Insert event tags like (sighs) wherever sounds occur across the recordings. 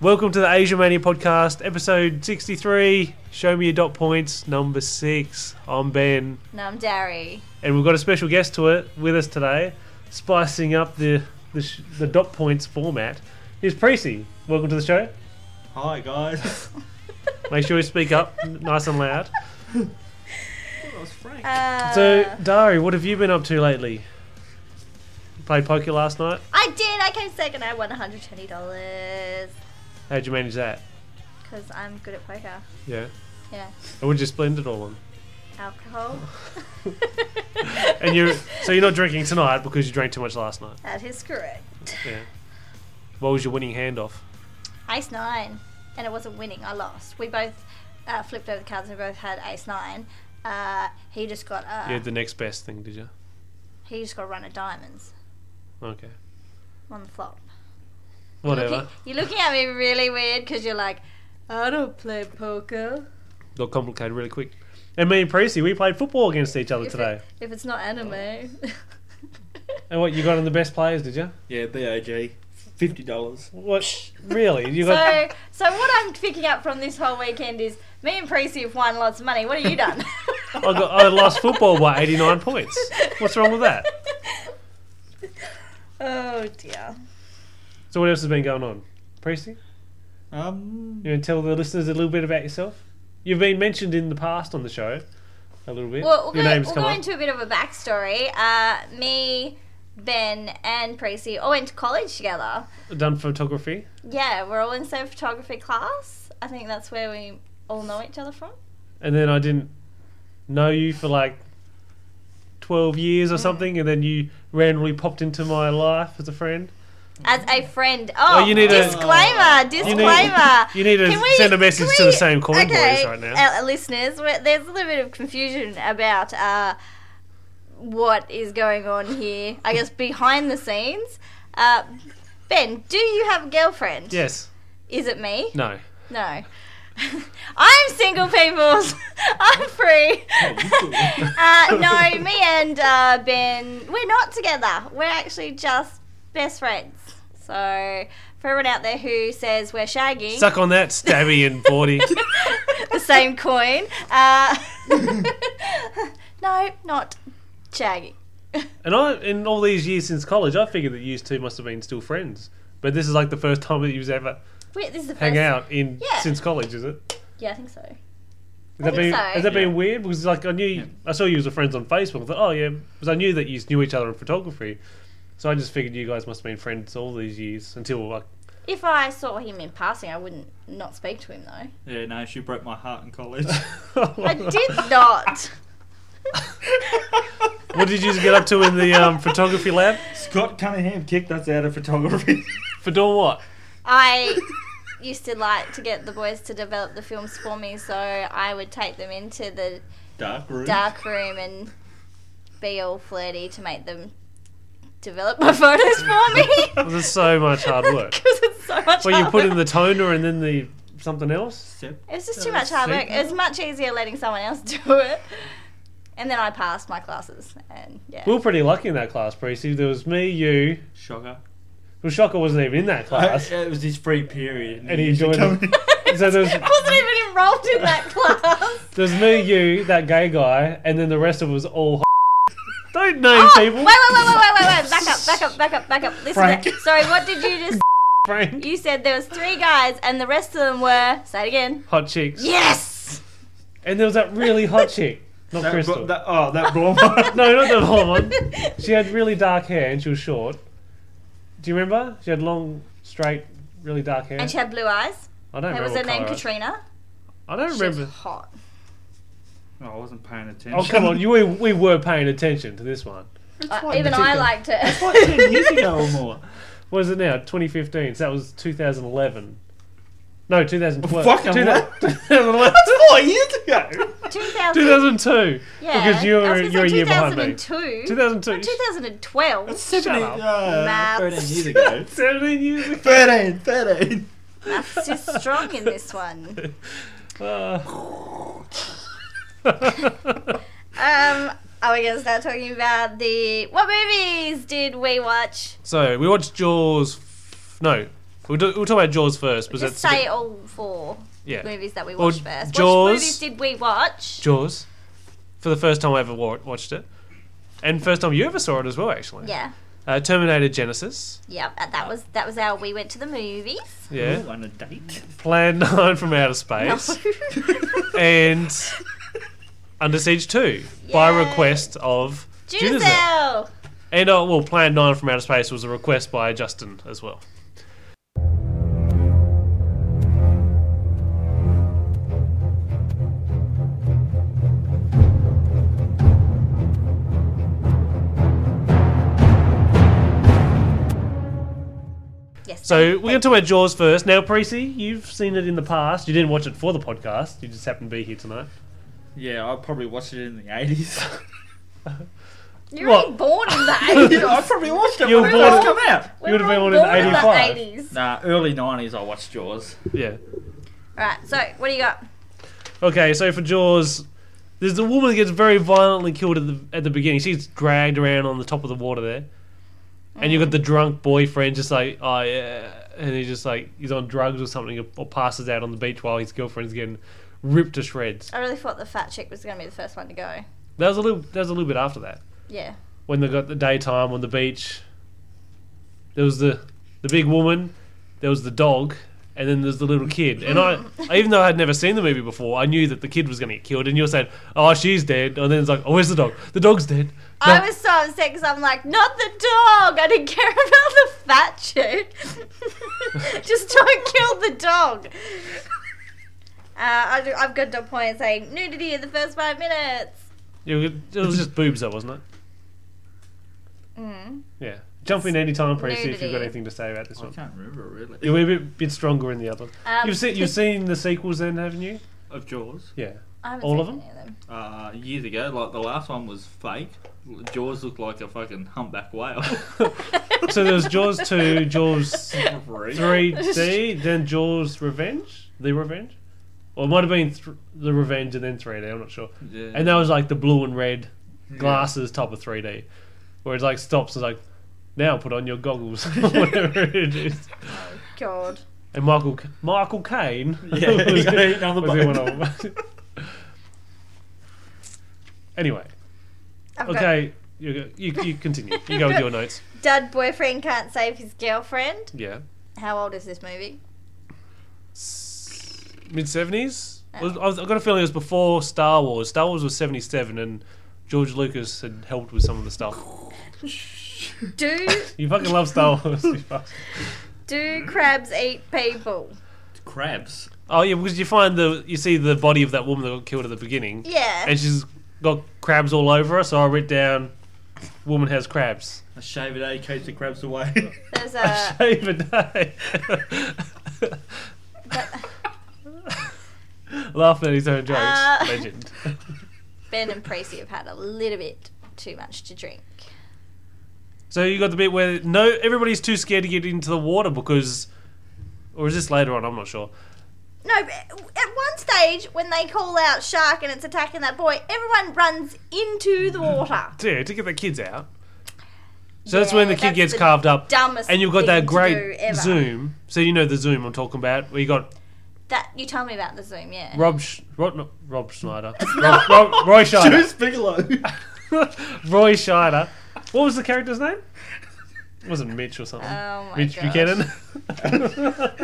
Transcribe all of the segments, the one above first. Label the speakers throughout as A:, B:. A: Welcome to the Asia Mania podcast, episode 63. Show me your dot points, number six. I'm Ben,
B: Num Dairy.
A: and we've got a special guest to it with us today, spicing up the the, sh- the dot points format. Is Precy. Welcome to the show.
C: Hi guys.
A: (laughs) Make sure you speak up n- nice and loud.
C: that was Frank.
B: Uh,
A: So, Dari, what have you been up to lately? Played poker last night.
B: I did. I came second. I won one hundred twenty dollars
A: How'd you manage that?
B: because I'm good at poker.
A: Yeah.
B: Yeah,
A: And would you spend it all on?
B: alcohol.
A: (laughs) And you, so you're not drinking tonight because you drank too much last night.
B: (laughs) that is correct.
A: Yeah. What was your winning hand off?
B: Ace nine, and it wasn't winning. I lost. We both uh, flipped over the cards and we both had ace nine. Uh, he just got uh,
A: You had the next best thing, did you?
B: he just got a run of diamonds
A: Okay.
B: on the flop.
A: Whatever.
B: Looking, you're looking at me really weird because you're like, I don't play poker.
A: Got complicated really quick. And me and Precy, we played football against each other
B: If it-
A: today.
B: If it's not anime.
A: And what you got on the best players, did you?
C: Yeah, BOG. Fifty dollars.
A: What? Really? You got?
B: So, so what I'm picking up from this whole weekend is me and Precy have won lots of money. What have you done?
A: (laughs) I, got, I lost football by 89 points. What's wrong with that?
B: (laughs) Oh dear.
A: So what else has been going on, Precy?
C: Um
A: You want to tell the listeners a little bit about yourself? You've been mentioned in the past on the show, a little bit.
B: Well, we'll
A: Your
B: go,
A: name's
B: we'll
A: come
B: go
A: up.
B: into a bit of a backstory. Uh, me, Ben, and Precy all went to college together.
A: Done photography.
B: Yeah, we're all in the same photography class. I think that's where we all know each other from.
A: and then I didn't know you for like 12 years or something, and then you randomly popped into my life as a friend.
B: As a friend. Oh,
A: you need a-
B: disclaimer,
A: You
B: disclaimer.
A: need, you need to
B: Can we-
A: send a
B: can
A: message to
B: we-
A: the same coin boys right now.
B: uh, listeners, we're- there's a little bit of confusion about uh, what is going on here. I guess behind the scenes. Uh, ben, do you have a girlfriend?
A: yes.
B: Is it me?
A: No.
B: No. (laughs) I'm single, people. (laughs) I'm free.
A: (laughs)
C: you do.
B: uh, no, me and uh, Ben, we're not together. We're actually just best friends. So, for everyone out there who says we're shagging,
A: Suck on that, Stabby and Forty.
B: (laughs) the same coin. Uh, (laughs) no, not Shaggy.
A: and I, in all these years since college, I figured that you two must have been still friends. But this is like the first time that you've ever
B: Wait, this is the
A: hang
B: first.
A: out in
B: Yeah.
A: since college, is it?
B: Yeah, I think so.
A: Has that
B: think
A: been
B: so.
A: has that been
C: Yeah.
A: weird? Because like I knew I saw you as a friends on Facebook. I thought, oh yeah, because I knew that you knew each other in photography. So I just figured you guys must have been friends all these years until like (laughs)
B: If I saw him in passing, I wouldn't not speak to him though.
C: Yeah, no, she broke my heart in college. (laughs)
B: I did not.
A: (laughs) What did you get up to in the um, photography lab?
C: Scott Cunningham kicked us out of photography.
A: For doing what?
B: I used to like to get the boys to develop the films for me, so I would take them into the
C: Dark room.
B: dark room and be all flirty to make them develop my (laughs) photos for me.
A: This is so much
B: (laughs) Oh
A: hard work.
B: Because it's so much.
A: Well, you
B: hard
A: put
B: work.
A: in the toner and then the something else.
C: Sep-
B: It was just
C: Uh,
B: too much hard work.
C: signal?
B: It was much easier letting someone else (laughs) do it. And then I passed my classes, and yeah.
A: We were pretty lucky in that class, Precy. There was me, you.
C: Shocker.
A: Well, Shocker wasn't even in that
B: (laughs)
A: class.
C: it was his free period.
A: Uh, And he joined
C: Come-
A: So there's
B: (laughs) I wasn't even enrolled
A: (laughs)
B: in that class.
A: there's me, you, that gay guy, and then the rest of it was all.
B: (laughs)
A: Don't name
B: Oh, wait, wait,
A: people.
B: wait, wait, wait, wait, wait! Back up, back up, back up, back up. Listen,
C: Frank.
B: to- sorry, what did you just? (laughs)
A: Frank.
B: You said there was three guys, and the rest of them were. Say it again.
A: Hot chicks.
B: Yes.
A: And there was that really
B: (laughs)
A: hot chick, not (laughs)
C: That,
A: Crystal.
C: bro- that,
A: (laughs)
C: oh, that blonde
A: (laughs)
C: one.
A: No, not the blonde
B: (laughs)
A: one. She had really dark hair and she was short. Do you remember? She had long, straight, really dark hair.
B: And she had blue eyes.
A: I don't
B: That
A: remember.
B: was her
A: what
B: name,
A: colour it-
B: Katrina.
A: I don't
B: She was
A: remember.
B: hot.
C: Oh, I wasn't paying attention.
A: Oh come on, you we, we were paying attention to this one.
B: I-
C: like
B: Uh, even I
C: Katrina.
B: liked her.
C: (laughs) What, ten years ago
B: (laughs)
C: or more?
A: What is it now? 2015. So that was 2011. No, 2012.
C: Fucking
A: 2000 (laughs)
C: what?
A: 2011.
C: Four years ago.
B: 2000.
A: 2002.
B: Yeah.
A: Because you
B: I was
A: were
B: gonna
A: you're a
B: say
A: year behind me.
B: 2002.
A: 2002.
B: 2012.
A: Shut
C: Seventeen-
A: up.
C: uh,
B: Maths.
C: Thirteen years ago.
A: (laughs) 17 years ago.
C: 13, 13.
B: Maths is
A: (laughs)
B: strong in this one.
C: (laughs)
A: Uh.
B: Um, are we going to start talking about the what movies did we watch?
A: So we watched Jaws. F- no, We'll, do, we'll talk about Jaws first because
B: Just
A: that's a
B: say
A: bit-
B: all four
A: yeah
B: movies that we
A: Well,
B: watched first.
A: Jaws-
B: Which movies did we watch?
A: Jaws for the first time I ever wa- watched it, and first time you ever saw it as well actually.
B: yeah,
A: Uh, Terminator Genesis.
B: yeah. and That was that was our. We went to the movies.
A: Yeah.
C: Ooh, on a date.
A: Plan (laughs) 9 from Outer
B: No. (laughs)
A: Space. and Under Siege 2 by
B: Yay.
A: request of Judaism.
B: Giselle.
A: And oh, well, Plan 9 from Outer Space was a request by Justin as well.
B: Yes.
A: So we're going to talk about Jaws first. Now, Precy, you've seen it in the past. You didn't watch it for the podcast. You just happened to be here tonight.
C: Yeah, I probably watched it in the 80s.
B: you
A: what?
B: were born
A: (laughs)
B: in the
C: (laughs) (laughs) yeah, I
B: eighties.
C: probably watched it
A: You
C: when it
A: bought
C: first
A: it-
C: come out.
B: We
A: You would've
B: were
A: been
B: all
A: born in
B: born
A: 85.
B: the 80s.
C: Nah, early 90s I watched Jaws.
A: Yeah.
B: Right. So what do you got?
A: Okay, so for Jaws, there's a woman that gets very violently killed at the at the beginning. She's dragged around on the top of the water there, and you've got the drunk boyfriend just like, oh yeah, and he's just like he's on drugs or something, or passes out on the beach while his girlfriend's getting ripped to shreds.
B: I really thought the fat chick was going to be the first one to go.
A: That was a little that was a little bit after that
B: Yeah.
A: when they got the daytime on the beach. There was the the big woman, there was the dog, and then there's the little kid. And I, I- even though I had never seen the movie before, I knew that the kid was going to get killed. And you're saying, "Oh, she's dead," and then it's like, "Oh, where's the dog? The dog's dead."
B: I
A: No.
B: was so upset because I'm like, not the dog. I didn't (laughs) care about the fat chick. (laughs) Just don't kill the dog. Uh, I do, I've got to a point saying nudity in the first five minutes.
A: You- It was just boobs, though, wasn't it?
B: Mm.
A: Yeah. Jump in any time, Precy, if you've
B: Nudity.
A: got anything to say about this
C: I
A: one.
C: can't remember really.
A: Yeah, we're a bit, bit stronger in the other.
B: Um,
A: you've
B: (laughs)
A: seen you've seen the sequels, then, haven't you?
C: Of Jaws.
A: Yeah.
B: I haven't
A: all
B: seen
A: of them?
B: any them.
C: Uh, years ago, like the last one was fake. Jaws looked like a fucking humpback (laughs) whale.
A: (laughs) So there was Jaws two, Jaws
C: Three.
A: three D, then Jaws Revenge, the Revenge, or it might have been th- the Revenge and then three D. I'm not sure.
C: Yeah.
A: And that was like the blue and red glasses type of three D, where it like stops and like now put on your goggles, (laughs)
C: (laughs)
A: whatever it is.
B: (laughs) God.
A: And Michael C- Michael Caine
C: (laughs) Yeah,
A: (laughs) was,
C: he got eaten on the
A: was in
C: boat.
A: one of them. (laughs) anyway,
B: I've
A: okay, you, go- you you continue. You go with your
C: (laughs)
A: notes.
B: got dud boyfriend can't save his girlfriend.
A: Yeah,
B: How old is this movie?
A: mid seventies. I've I've got a feeling it was before Star Wars. Star Wars was seventy seven, and George Lucas had helped with some of the stuff.
B: Do
A: You fucking love Star Wars. (laughs) you fucks. (laughs)
B: do crabs eat people?
C: Crabs.
A: oh yeah, because you find the you see the body of that woman that got killed at the beginning,
B: Yeah.
A: and she's got crabs all over her. So I wrote down, "Woman has crabs."
C: A shave a day keeps the crabs away. (laughs)
A: (laughs)
B: There's a
A: Shave a
B: (laughs)
A: day. (laughs) Laughing at his own jokes.
B: Uh,
A: Legend. (laughs)
B: Ben and Precy have had a little bit too much to drink.
A: So you got the bit where no everybody's too scared to get into the water because, or is this later on? I'm not sure.
B: No, but at one stage when they call out shark and it's attacking that boy, everyone runs into the
A: Mm.
B: water.
A: Yeah, to get the kids out. So that's when the
B: Yeah,
A: kid
B: that's
A: gets
B: the
A: carved up,
B: dumbest
A: and you've got
B: thing
A: that
B: to do
A: great
B: ever.
A: zoom. So you know the zoom I'm talking about. Where you got
B: That you tell me about the zoom, yeah.
A: Rob, Sch- Rob, no, Rob Schneider, (laughs) Rob, Rob, Roy Scheider,
C: (laughs) Bigelow.
A: (laughs) Roy Scheider. What was the character's name? It wasn't Mitch or something.
B: Oh my
A: Mitch
B: gosh.
A: Buchanan. (laughs)
B: Oh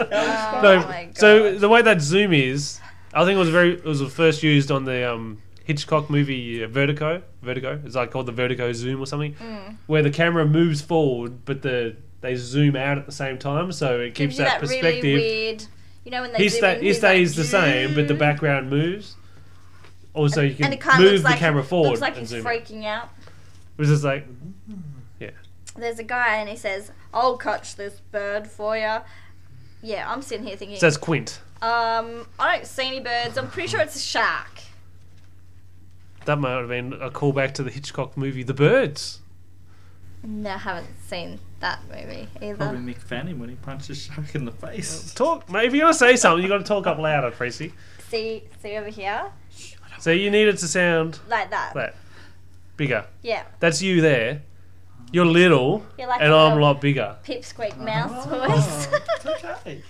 A: no,
B: my god.
A: so the way that zoom is, I think it was very it was first used on the um, Hitchcock movie uh, Vertigo. Vertigo is like called the Vertigo zoom or something,
B: Mm.
A: where the camera moves forward but the they zoom out at the same time, so it keeps
B: gives you
A: that,
B: that,
A: perspective.
B: really weird. You know when they
A: he
B: zoom
A: sta-
B: in,
A: he
B: he's
A: stays
B: like,
A: the same, but the
B: "Mm."
A: background moves. Also, you can
B: and it kind of
A: move
B: looks
A: the
B: like,
A: camera forward
B: Looks like
A: and
B: he's
A: zoom. out.
B: freaking out.
A: It was just like
B: There's a guy and he says, "I'll catch this bird for you." Yeah, I'm sitting here thinking,
A: so that's Quint.
B: um, I don't see any birds. I'm pretty sure it's a shark.
A: That might have been a callback to the Hitchcock movie The Birds.
B: No, I haven't seen that movie either.
C: Probably Mick Fanning when he punched a shark in the face.
A: Talk. mate, If you're gonna say something, you got to talk up louder, Tracy.
B: See, see over here,
A: So you need it to sound
B: like that.
A: that bigger.
B: Yeah,
A: That's you there. You're little,
B: You're like
A: and
B: a
A: I'm Oh. a
B: little
A: lot bigger.
B: pipsqueak mouse voice. (laughs)
C: Oh, it's (laughs) okay.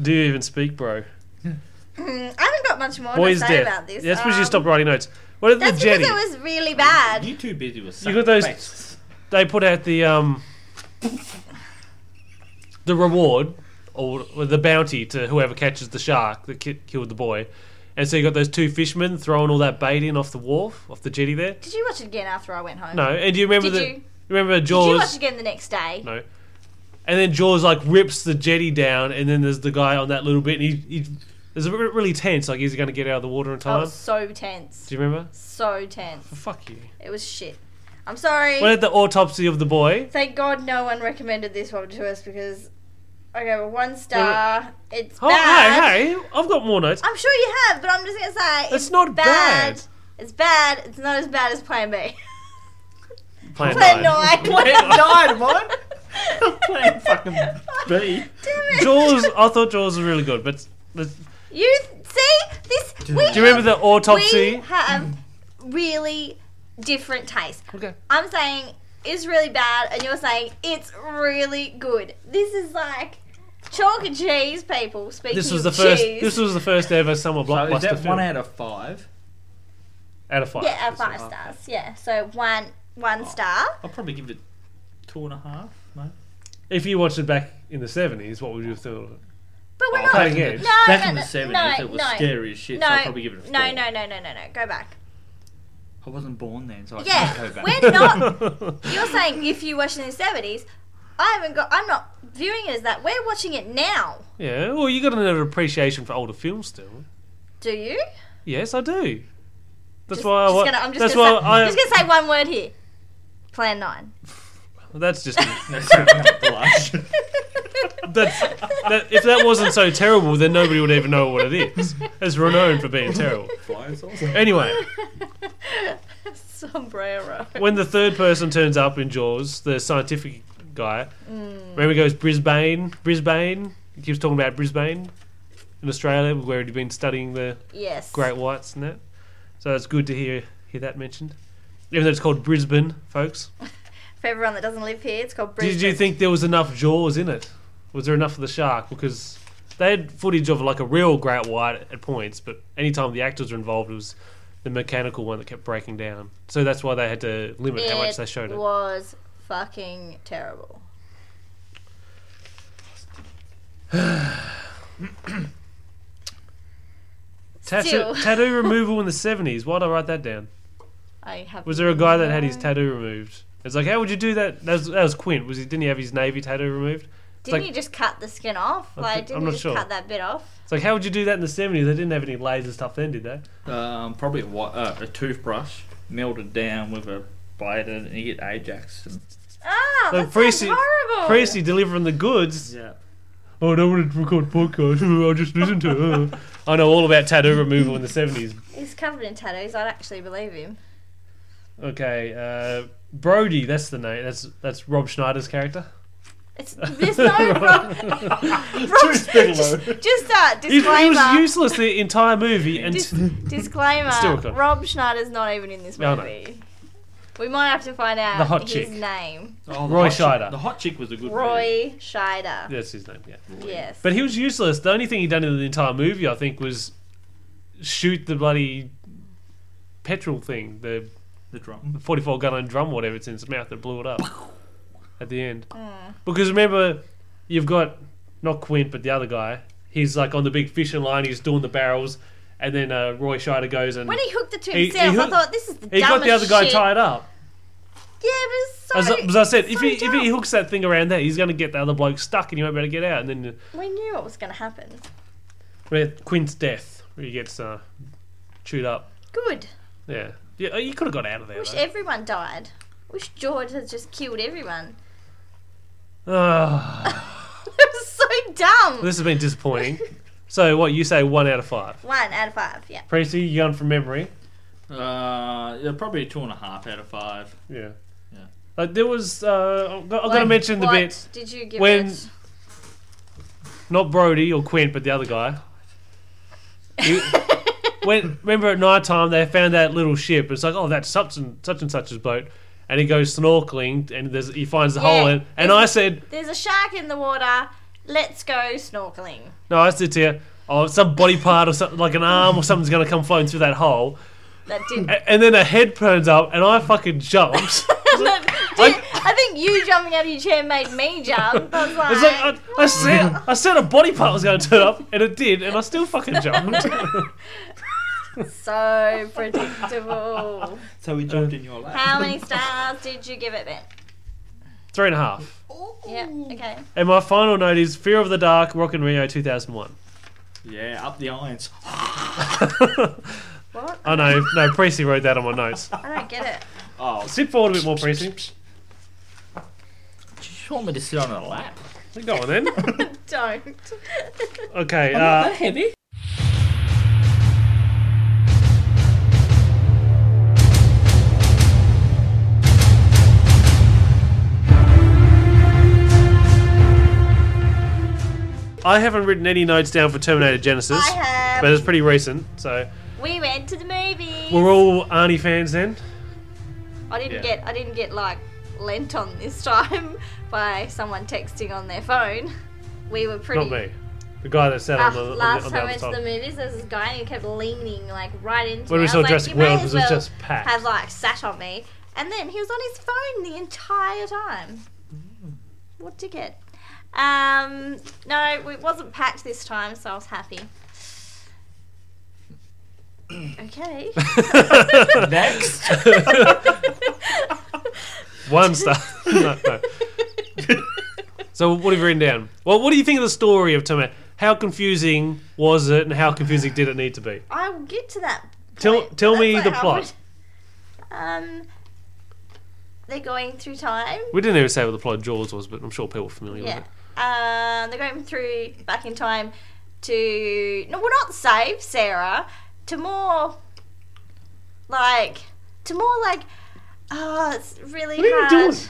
A: Do you even speak, bro?
B: Mm, I haven't got much more
A: Boy's
B: to say
A: death.
B: about this.
A: That's because
B: Um,
A: you stopped writing notes. What did the
B: That's
A: jetty?
B: because it was really bad.
C: You too busy with
A: You got those-
C: face.
A: They put out the um, the reward or the bounty to whoever catches the shark that ki- killed the boy. And so you got those two fishermen throwing all that bait in off the wharf, off the jetty there.
B: Did you watch it again after I went home?
A: No, and do you remember
B: Did
A: the
B: you?
A: remember
B: Did you watch
A: Jaws?
B: it again the next day?
A: No. And then Jaws like rips the jetty down, and then there's the guy on that little bit, and he, he is re- really tense. Like, is he going to get out of the water in
B: I
A: time?
B: was
C: Oh.
B: so tense.
A: Do you remember?
B: So tense.
A: Fuck you.
B: It was shit. I'm sorry.
A: Well, at the autopsy of the boy,
B: Thank God no one recommended this one to us because I gave it one star. It's
A: oh
B: bad.
A: hey hey, I've got more notes.
B: I'm sure you have, but I'm just gonna say
A: It's not bad.
B: It's bad. It's not as bad as Plan B. (laughs)
A: Plan
B: Plan
A: nine. (laughs)
B: nine.
C: Plan
B: (laughs)
C: nine, (laughs) what? Plan fucking B.
B: Damn it.
A: Jaws, I thought Jaws was really good, but let's-
B: You th- see this?
C: Do
B: we
A: do you remember the
B: have-
A: autopsy?
B: We have really different tastes.
A: Okay.
B: I'm saying it's really bad, and you're saying it's really good. This is like chalk and cheese, people. Speaking
A: This was the
B: of
A: first.
B: cheese.
A: This was the first ever summer
C: So
A: blockbuster
C: is that
A: film.
C: one out of five?
A: Out of five.
B: yeah, our five
C: one.
B: stars. Yeah, so one one star.
C: I'll probably give it two and a half. No.
A: If you watched it back in the seventies, what would you have thought?
B: But we're
C: Oh,
B: not.
A: Play
C: back in
A: again.
C: the-
B: No,
C: back
B: no,
C: in the
B: no,
C: seventies,
B: no,
C: it was
B: no.
C: scary as shit.
B: No,
C: so I'll probably give it a four.
B: no, no, no, no, no, no. Go back.
C: I wasn't born then, so I
B: Yeah,
C: can't go back. (laughs)
B: we're not. You're saying if you watched it in the seventies, I haven't got. I'm not viewing it as that. We're watching it now.
A: (laughs) yeah. Well, you got an appreciation for older films still.
B: Do you?
A: Yes, I do. That's
B: Just-
A: why I.
B: just
A: wa-
B: gonna- I'm just
A: that's
B: gonna
A: why
B: say,
A: I.
B: just gonna say one word here. Plan nine.
A: that's just.
B: (laughs)
C: Blush.
A: That's, that, if that wasn't so terrible, then nobody would even know what it is. It's renowned for being terrible.
C: Flying saucer.
A: Anyway,
B: Sombrero.
A: when the third person turns up in Jaws, the scientific guy,
B: Mm.
A: remember he goes Brisbane, Brisbane. He keeps talking about Brisbane in Australia, where he'd been studying the
B: yes.
A: great whites and that. So it's good to hear hear that mentioned, even though it's called Brisbane, folks.
B: For everyone that doesn't live here, it's called Brisbane.
A: Did you think there was enough Jaws in it? Was there enough of the shark? Because they had footage of like a real great white at points, but anytime the actors were involved, it was the mechanical one that kept breaking down. So that's why they had to limit how much they showed it.
B: was fucking terrible.
A: (sighs) Tattoo,
B: Still. (laughs)
A: tattoo removal in the 70s. Why'd I write that down?
B: I have.
A: Was there a guy that had his tattoo removed? It's like, how would you do that? That was, that was Quint. Was he? Didn't he have his navy tattoo removed?
B: Didn't
A: like-
B: you just cut the skin off?
A: I'm
B: Like,
A: pre-
B: didn't
A: I'm
B: you
A: not
B: just
A: sure.
B: cut that bit off?
A: It's like, how would you do that in the 70s? They didn't have any laser stuff then,
B: Oh,
A: did they?
C: Um, probably a, wi- uh, a toothbrush melted down with a blade in it, and you get Ajax. And,
B: Ah,
A: Like,
B: that sounds
A: Precy-
B: horrible.
A: Priestley delivering the goods.
C: yeah.
A: Oh, I don't want to record podcast. (laughs) I'll just listen to it. (laughs) I know all about tattoo removal in the 70s.
B: He's covered in tattoos. I'd actually believe him.
A: Okay, uh, Brody, that's the name. That's that's Rob Schneider's character. (laughs)
B: It's there's no wrong.
C: Too
B: (laughs) just, just uh,
A: He, he
B: disclaimer.
A: was useless the entire movie. And
B: Dis- disclaimer.
A: Still okay.
B: Rob Schneider's not even in this
A: No, no.
B: movie. We might have to find out
A: The hot
B: his
A: chick.
B: name.
C: Oh, the
A: Roy
C: hot chick-
A: Scheider.
C: The hot chick was a good movie.
B: Roy
A: (laughs)
B: Scheider.
A: that's his name, yeah.
B: Yes.
A: But he was useless. The only thing he done in the entire movie, I think, was shoot the bloody petrol thing, the
C: The drum.
A: 44 gun and drum, whatever it's in its mouth, that blew it up at the end.
B: Mm.
A: Because remember, you've got not Quint, but the other guy. He's like on the big fishing line, he's doing the barrels, and then uh, Roy Scheider goes and
B: when he hooked it to
A: He- he
B: himself, I
A: hooked-
B: thought this is the
A: he
B: dumbest
A: got the other guy
B: shit.
A: tied up.
B: Yeah, but it's
A: As,
B: so,
A: I- as I said, if,
B: so
A: he, if he
B: dumb.
A: hooks that thing around there, he's going to get the other bloke stuck and he won't be able to get out. And then
B: we knew what was going to happen.
A: uh, Quint's death, where he gets uh, chewed up.
B: Good.
A: Yeah. Yeah, you could have got out of there.
B: Wish
A: though.
B: everyone died. Wish George had just killed everyone. (laughs)
A: Ah,
B: It was so dumb.
A: this has been disappointing. so, what you say, one out of five.
B: One out of five. Yeah.
A: Precy, you going from memory?
C: Uh, yeah, probably a two and a half out of five.
A: Yeah.
C: Yeah.
A: Like there was, uh, I've got to
B: Like,
A: mention the
B: what
A: bit,
B: Did you give
A: when-
B: it?
A: not Brody or Quint, but the other
B: (laughs)
A: guy. You- when remember at night time they found that little ship. It's like, oh, that's such and such and such's boat, and he goes snorkeling and there's, he finds the
B: Yeah.
A: hole in. And I said,
B: There's a shark in the water. Let's go snorkeling.
A: no, I said to you, oh, some body part or something, like an arm or something's going to come floating through that hole.
B: That did.
A: A- And then a head turns up and I fucking
B: (laughs)
A: jumped.
B: Did- I think you jumping out of your chair made me jump. I was (laughs) like,
A: It's like, I, I said, I said a body part was going to turn up, and it did, and I still fucking
B: (laughs)
A: jumped.
B: uh, so predictable.
C: So we jumped in your lap.
B: How many stars did you give it, Ben?
A: Three and a half.
B: Yeah. Okay.
A: And my final note is Fear of the Dark, Rock and Rio 2001.
C: (laughs) Yeah, up the irons.
B: What?
A: (laughs) I know, no, Precy wrote that on my notes.
B: I don't get it.
C: Oh,
A: Sit forward a bit more, Precy.
C: do you want me to sit on a lap?
A: Go on then.
B: Don't.
A: Okay, uh,
C: heavy.
A: I haven't written any notes down for Terminator Genesis,
B: (laughs) I have.
A: but it's pretty recent, so
B: we went to the movies.
A: we're all Arnie fans then.
B: I didn't
A: Yeah.
B: get. I didn't get like lent on this (laughs) time by someone texting on their phone. We were pretty.
A: Not me. The guy that sat
B: Uh,
A: on the, on the, on
B: last
A: the
B: time I
A: other
B: went to
A: side.
B: the movies, there was this guy and he kept leaning like right into
A: When
B: me.
A: we
B: I
A: saw
B: was like,
A: Jurassic
B: you may
A: World,
B: as
A: it was
B: well
A: just packed.
B: Have like sat on me, and then he was on his phone the entire time. What ticket? Um, no, it wasn't packed this time, so I was happy. Okay.
A: (laughs)
C: Next.
A: One star. (laughs) no, no.
B: (laughs)
A: So what have you written down? Well, what do you think of the story of Terminator? How confusing was it, and how confusing did it need to be?
B: I will get to that.
A: Tell-
B: point,
A: tell
B: but
A: me
B: that's
A: the
B: not how
A: plot.
B: I- (laughs) Um, they're going through time.
A: We didn't even say what the plot of Jaws was, but I'm sure people are familiar
B: Yeah.
A: with it.
B: Um, they're going through back in time to no, well, not save Sarah to more like to more like oh, it's really
A: What are you
B: hard.
A: doing?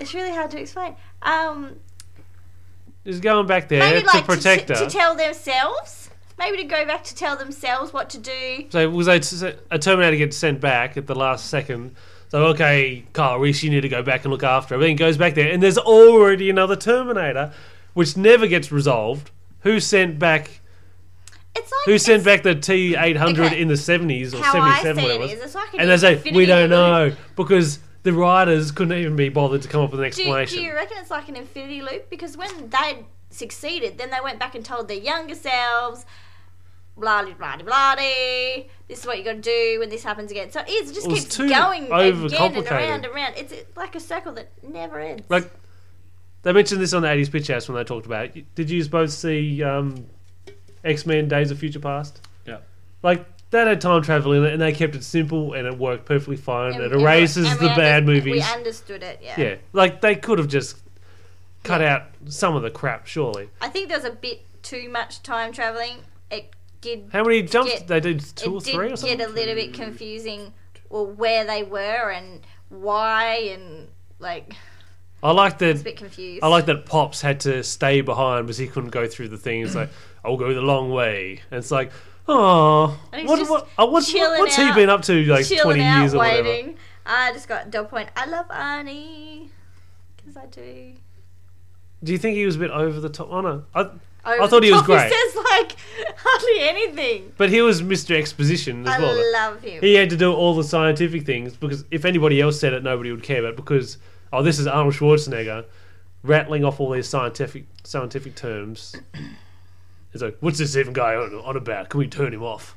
B: It's really hard to explain. Um,
A: Just going back there
B: maybe
A: to
B: like
A: protect
B: to,
A: her.
B: to tell themselves. Maybe to go back to tell themselves what to do.
A: so was they s- a Terminator gets sent back at the last second? So okay, Kyle Reese, you need to go back and look after her. But then he goes back there, and there's already another Terminator, which never gets resolved. Who sent back?
B: It's like
A: Who sent back
B: it's-
A: the T800
B: Okay.
A: in the 70s or
B: How I
A: 77? whatever
B: see it
A: it was?
B: is, it's like an
A: and they say we
B: infinity
A: don't
B: loop."
A: know because the writers couldn't even be bothered to come up with an
B: Do,
A: explanation.
B: do you reckon it's like an infinity loop? Because when they succeeded, then they went back and told their younger selves, blah blah blah blah. This is what you got to do when this happens again. So it's- it just
A: It was
B: keeps
A: too
B: going again and
A: overcomplicated.
B: around and around. It's uh, like a circle that never ends.
A: like they mentioned this on the 80s pitch house when they talked about it. Did you both see um, X Men: Days of Future Past?
C: Yeah.
A: Like that had time travel in it, and they kept it simple and it worked perfectly fine.
B: And-
A: it
B: and we-
A: erases
B: and
A: the
B: we
A: bad
B: under- We
A: movies.
B: understood it. Yeah.
A: yeah, like they could have just cut out some of the crap. Surely,
B: I think there's a bit too much time traveling. It did.
A: how many jumps
B: Get-
A: did they did? Two or
B: it
A: three or
B: did
A: something.
B: get a little bit confusing. Well, where they were and why and like
A: I like that.
B: a bit confused.
A: I like that Pops had to stay behind because he couldn't go through the thing.
B: (clears throat)
A: It's like, I'll go the long way. And it's like, oh,
B: And he's
A: what,
B: just
A: what, uh, what's,
B: chilling
A: what's he
B: out-
A: been up to like 20 years or whatever?
B: I just got dub point. I love Arnie. Because I do.
A: Do you think he was a bit over the top? Oh, no. I,
B: Over
A: I thought
B: the
A: he was
B: top,
A: great.
B: Oh, (laughs) He says, like, hardly anything.
A: but he was Mr. Exposition as
B: I
A: well. though.
B: love him.
A: He had to do all the scientific things because if anybody else said it, nobody would care about it because, oh, this is Arnold Schwarzenegger rattling off all these scientific scientific terms. It's like, what's this even guy on, on about? Can we turn him off?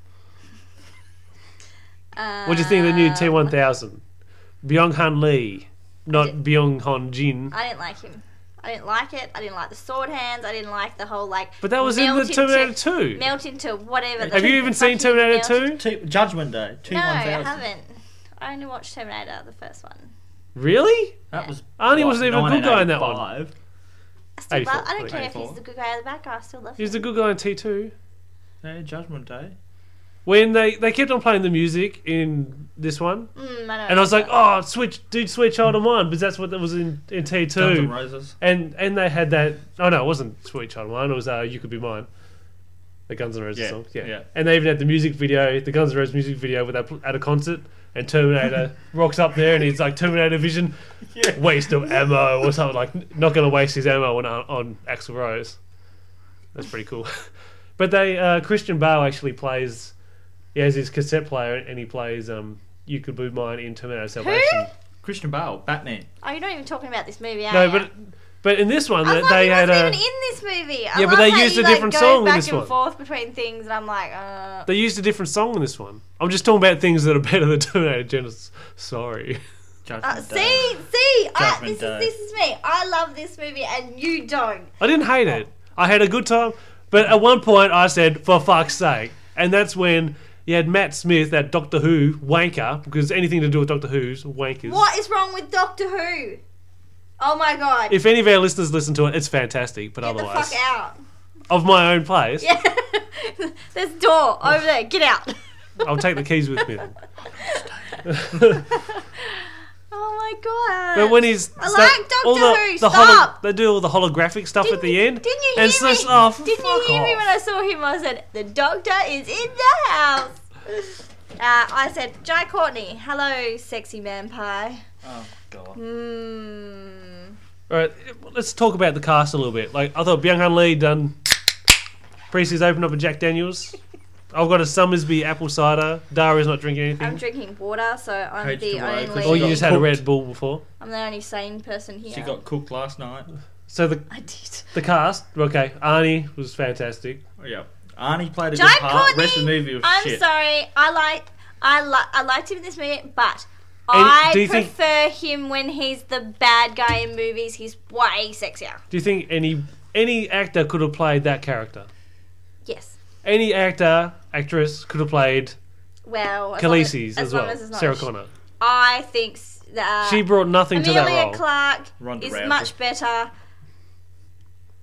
A: What do you think of the new
B: Uh,
A: T one thousand? Byung Han Lee, not
B: Did-
A: Byung Han Jin.
B: I didn't like him. I didn't like it. I didn't like the sword hands. I didn't like the whole, like.
A: But that was in the
B: melt
A: Terminator
B: into-
A: two.
B: Melt into whatever. the
A: Have you even seen
B: fucking
A: Terminator
B: melt-
A: two?
C: Two, Judgment Day. Two
B: No,
C: one
B: I
C: thousand.
B: haven't. I only watched Terminator, the first one.
A: Really?
C: That was. oh
A: Arnie wasn't even a good guy in that one.
C: 1985.
B: I, still
A: Eighty-four,
B: love, I don't care if he's
C: eighty-four.
B: the good guy or the bad guy. I still love
A: He was
B: him.
A: the good guy in T two.
C: Yeah, Judgment Day.
A: When they, they kept on playing the music in this one,
B: Mm, I know.
A: and I was like, oh, switch, dude, switch on to mine, because that's what that was in in T
C: Guns N'
A: two.
C: Roses.
A: And and they had that. Oh no, it wasn't Sweet Child of Mine. It was uh, You Could Be Mine. The Guns N' Roses
C: Yeah,
A: song. Yeah.
C: yeah.
A: And they even had the music video, the Guns N' Roses music video, where they pl- at a concert and Terminator rocks up there and he's like Terminator Vision,
C: Yeah.
A: waste of ammo or something like n- not going to waste his ammo on on Axl Rose. That's pretty cool. (laughs) but they uh, Christian Bale actually plays. He has his cassette player and he plays um, "You Could Be Mine" in Terminator Salvation.
C: Christian Bale, Batman.
B: Oh, you're not even talking about this movie, are
A: No,
B: you?
A: but but in this one
B: I
A: they,
B: thought
A: they
B: he
A: had
B: wasn't
A: a
B: even in this movie. I
A: Yeah, but
B: love
A: they
B: how
A: used a
B: you, like,
A: different
B: go
A: song in
B: back
A: this
B: and
A: one.
B: forth between things, and I'm like, uh,
A: they used a different song in this one. I'm just talking about things that are better than Terminator Genesis. Sorry.
B: uh,
C: Judgment
B: see,
C: Day.
B: see, I, this
C: Judgment
B: is
C: Day.
B: this is me. I love this movie, and you don't.
A: I didn't hate it. I had a good time. But at one point, I said, for fuck's sake. And that's when you had Matt Smith, that Doctor Who wanker, because anything to do with Doctor Who's wankers.
B: What is wrong with Doctor Who? Oh my god!
A: If any of our listeners listen to it, it's fantastic. But
B: Get the
A: otherwise,
B: fuck out!
A: of my own place,
B: Yeah, there's a door over there.
A: (laughs)
B: Get out! (laughs)
A: I'll take the keys with me. Then.
B: (laughs) Oh my god!
A: But when he's
B: I
A: stuff-
B: like Doctor
A: all the,
B: Who,
A: the
B: stop!
A: they do all the holographic stuff at the end.
B: didn't you
A: and
B: hear
A: it's
B: me?
A: just, oh,
B: didn't you
A: fuck
B: hear me
A: off.
B: when I saw him? I said the doctor is in the house. Uh, I said, Jai Courtney, hello, sexy man pie.
C: Oh, God.
B: Mm.
A: All right, let's talk about the cast a little bit. Like I thought, Byung Hun Lee done. Priestley's opened up a Jack Daniels. I've got a Summersby apple cider. Dara's not drinking anything.
B: I'm drinking water, so I'm
C: Page
B: the
C: to work,
B: only.
C: let's
A: or you
C: got
A: just had a
C: cooked.
A: Red Bull before.
B: I'm the only sane person here.
C: She got cooked last night.
A: So the
B: I did.
A: the cast, okay. Arnie was fantastic.
C: Oh, yeah. Arnie played a
B: Jai
C: good part.
B: Courtney,
C: Rest of the movie was
B: I'm
C: shit.
B: sorry. I like. I like. I liked him in this movie, but.
A: And
B: I
A: do you think-
B: prefer him when he's the bad guy in movies. He's way sexier.
A: Do you think any any actor could have played that character?
B: Yes.
A: Any actor, actress could have played
B: Well, as long as-
A: Khaleesi's as,
B: long
A: well.
B: as it's not
A: Sarah
B: sh-
A: Connor.
B: I think s- that uh,
A: she brought nothing to
B: Amelia
A: that role.
B: Clark
C: Ronda
B: is
C: Rousey.
B: much better.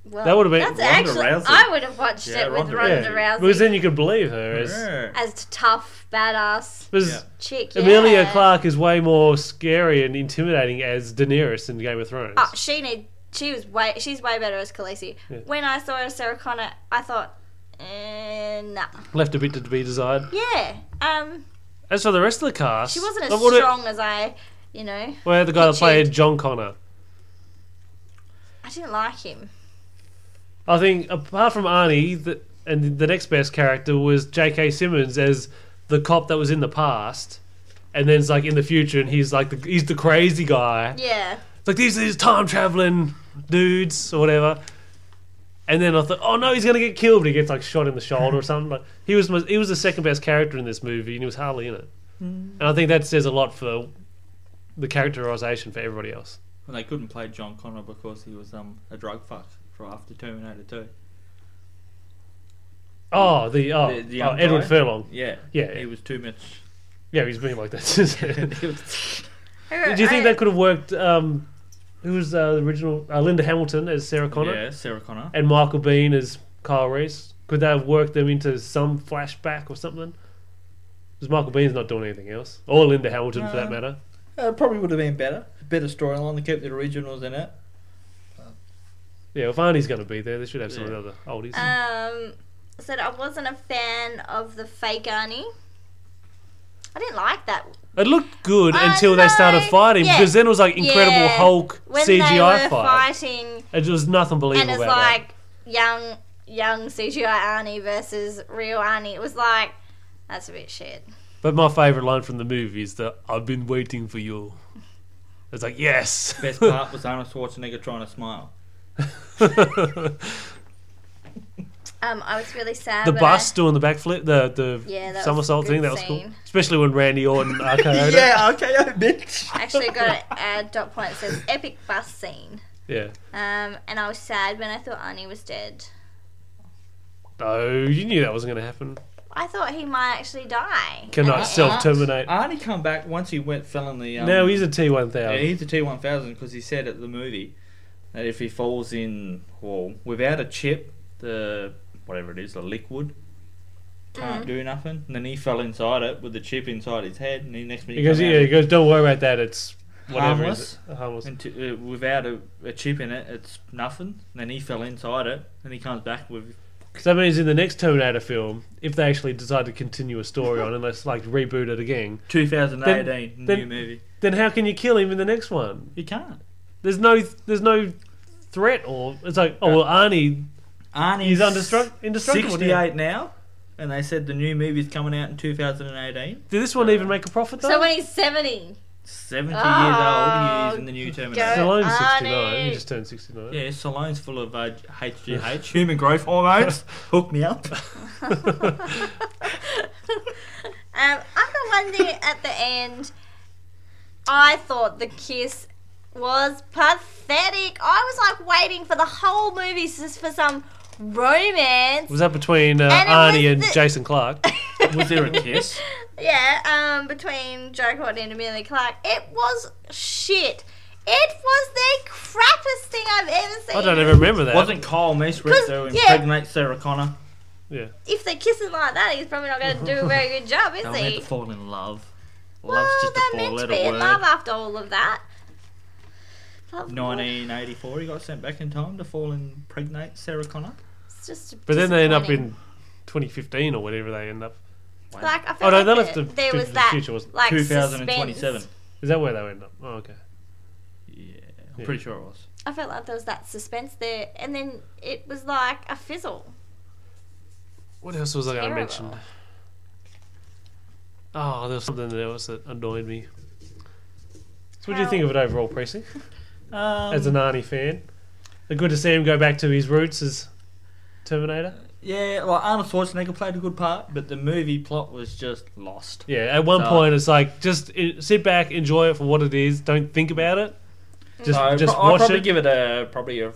B: Well,
A: That would've been
B: that's
C: Ronda
B: actually,
C: Rousey.
B: I would have watched
C: Yeah,
B: it with
C: Ronda
B: Ronda
A: Yeah,
B: Rousey
A: Because then you could believe her as.
C: Yeah.
B: as tough, badass
A: because
C: Yeah.
B: chick.
A: Amelia
B: yeah.
A: Clark is way more scary and intimidating as Daenerys in Game of Thrones.
B: Oh, she need. She was way. She's way better as Khaleesi.
A: Yeah.
B: When I saw her as Sarah Connor, I thought, eh, nah.
A: Left a bit to be desired.
B: Yeah. Um,
A: As for the rest of the cast,
B: she wasn't as
A: like, what do-
B: strong as I, you know.
A: Well, the guy that
B: pictured.
A: played John Connor.
B: I didn't like him.
A: I think apart from Arnie, the, and the next best character was J.K. Simmons as the cop that was in the past, and then it's like in the future, and he's like the, he's the crazy guy.
B: Yeah.
A: It's like these these time traveling dudes or whatever. And then I thought, oh no, he's gonna get killed, but he gets like shot in the shoulder or something. Like he was he was the second best character in this movie, and he was hardly in it. And I think that says a lot for the characterization for everybody else.
C: And they couldn't play John Connor because he was um a drug fuck for after Terminator 2.
A: Oh, the oh,
C: The- the
A: oh,
C: young
A: Edward
C: guy?
A: Furlong.
C: Yeah.
A: Yeah, yeah.
C: He was too much.
A: Yeah, he's been like that. (laughs) since then.
C: he was-
A: Do you think that could have worked? Um, who was uh, the original? Uh, Linda Hamilton as Sarah (laughs) Connor
C: Yeah, Sarah Connor.
A: and Michael Bean as Kyle Reese. Could they have worked them into some flashback or something? Because Michael Bean's not doing anything else, or Linda Hamilton for that
C: No.
A: matter.
C: Uh, probably would have been better. Better storyline to keep the originals in it.
A: Yeah, if Arnie's going to be there, they should have some
C: Yeah.
A: of the other oldies.
B: Um, said I wasn't a fan of the fake Arnie. I didn't like that
A: it looked good
B: I
A: until they started
B: know.
A: fighting
B: Yeah.
A: because then it was like Incredible
B: Yeah.
A: Hulk
B: when they
A: CGI
B: were
A: fight.
B: fighting,
A: It was nothing
B: and
A: believable
B: it's
A: about
B: like young young CGI Arnie versus real Arnie. It was like that's a bit shit.
A: that. But my favourite line from the movie is that I've been waiting for you. It's like yes.
C: Best
A: (laughs)
C: part was Arnold Schwarzenegger trying to smile.
A: the
B: Um, I was really sad. when
A: bus doing the backflip, the the
B: Yeah, that was a
A: somersault thing.
B: good
A: That was cool,
B: scene.
A: especially when Randy Orton uh, RKO'd it.
C: okay, I bitch.
B: I actually got a ad dot point that says epic bus scene.
A: Yeah.
B: Um, and I was sad when I thought Arnie was dead.
A: No, you knew that wasn't going to happen.
B: I thought he might actually die.
A: Cannot self terminate.
C: Arnie come back once he went fell in the. Um,
A: No, he's a T one
C: Yeah,
A: thousand.
C: he's a T one thousand because he said at the movie that if he falls in well without a chip, the whatever it is, the liquid can't do nothing. And then he fell inside it with the chip inside his head, and he next minute
A: He goes,
C: come out
A: yeah, he goes, don't worry about that. It's whatever.
C: Harmless?
A: Is it? Harmless.
C: and t- uh, without a, a chip in it, it's nothing. And then he fell inside it, and he comes back with
A: Because that means in the next Terminator film, if they actually decide to continue a story on, unless like reboot it again,
C: 2018
A: Then-
C: new
A: then-
C: movie.
A: then how can you kill him in the next one?
C: You can't.
A: There's no, there's no threat, or it's like, oh well, Arnie,
C: Arnie's
A: he's undestruct- indestructible. now.
C: 68 now, and they said the new movie's coming out in 2018.
A: Did this one even make a profit though?
B: (laughs) So when
A: (laughs)
B: he's 70.
C: 70
B: Oh,
C: years old, he is in the new Terminator.
B: go-
A: Stallone's
B: Arnie.
A: 69. He just turned 69.
C: Yeah, Stallone's full of uh, HGH, (laughs) human growth hormones. (laughs) Hook me up.
B: Um, I'm the one there at the end. I thought the kiss was pathetic. I was like waiting for the whole movie just for some romance.
A: Was that between uh,
B: And it
A: Arnie
B: was
A: and
B: the-
A: Jason
B: (laughs)
A: Clark?
C: Was there a kiss?
B: Yeah, um, between Joe Courtney and Amelia Clark, it was shit. It was the crappiest thing I've ever seen.
A: I don't even remember that.
C: Wasn't Kyle Meese right there
B: yeah.
C: impregnate Sarah Connor?
A: Yeah.
B: If they're kissing like that, he's probably not going to do a very good job,
A: (laughs)
B: is
C: They were meant
B: he?
C: to fall in love.
B: well,
C: Love's just a
B: they're meant to
C: four-letter
B: be in
C: word.
B: love after all of that. Love-
C: 1984, he got sent back in time to fall and impregnate Sarah Connor.
B: It's just
A: But then they end up
B: disappointing.
A: in 2015 or whatever they end up.
B: Like I feel
A: Oh, no,
B: like
A: they'll
B: there-
A: have to
B: there
A: do
B: was
A: the
B: that
A: future, wasn't
B: like
C: 2027.
B: suspense.
A: Is that where they end up? Oh, okay.
C: Yeah, I'm
A: Yeah.
C: pretty sure it was.
B: I felt like there was that suspense there, and then it was like a fizzle.
A: What else was I going to
B: Terrible.
A: mention? Oh, there was something else that annoyed me. So what do you
B: How-
A: think of it overall, Precy?
C: Um,
A: As an Arnie fan, It's good to see him go back to his roots as Terminator.
C: yeah, well, Arnold Schwarzenegger played a good part, but the movie plot was just lost.
A: Yeah, at one
C: So-
A: point it's like just i sit back, enjoy it for what it is. Don't think about it. Just
B: Mm.
C: So,
A: just
C: pro- I'll
A: watch
C: probably
A: it.
C: give it a probably a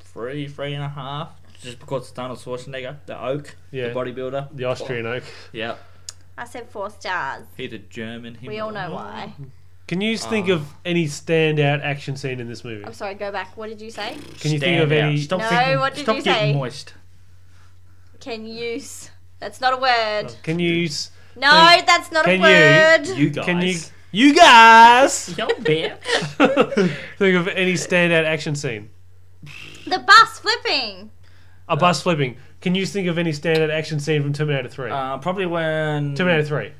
C: three, three and a half, just because it's Arnold Schwarzenegger, the oak,
A: Yeah.
C: the bodybuilder,
A: the Austrian oak.
C: Yeah,
B: I said four stars.
C: he's a German.
B: We all know why.
A: Can you think
C: Uh,
A: of any standout action scene in this movie?
B: I'm sorry. Go back. What did you say?
A: Can you think of any-
C: Stop
B: No,
C: thinking,
B: what did
C: stop
B: you
C: getting
B: say?
C: moist.
B: Can use. That's not a word.
A: Can you use?
B: No,
A: Oh. Can-
B: that's not a
A: can you-
B: word.
C: You guys.
A: Can you? You
C: (laughs)
A: guys. (laughs)
C: Yo, bear.
A: think of any standout action scene.
B: The bus flipping.
C: Uh,
A: A bus flipping. Can you think of any standout action scene from Terminator Three?
C: uh, probably when
A: Terminator Three.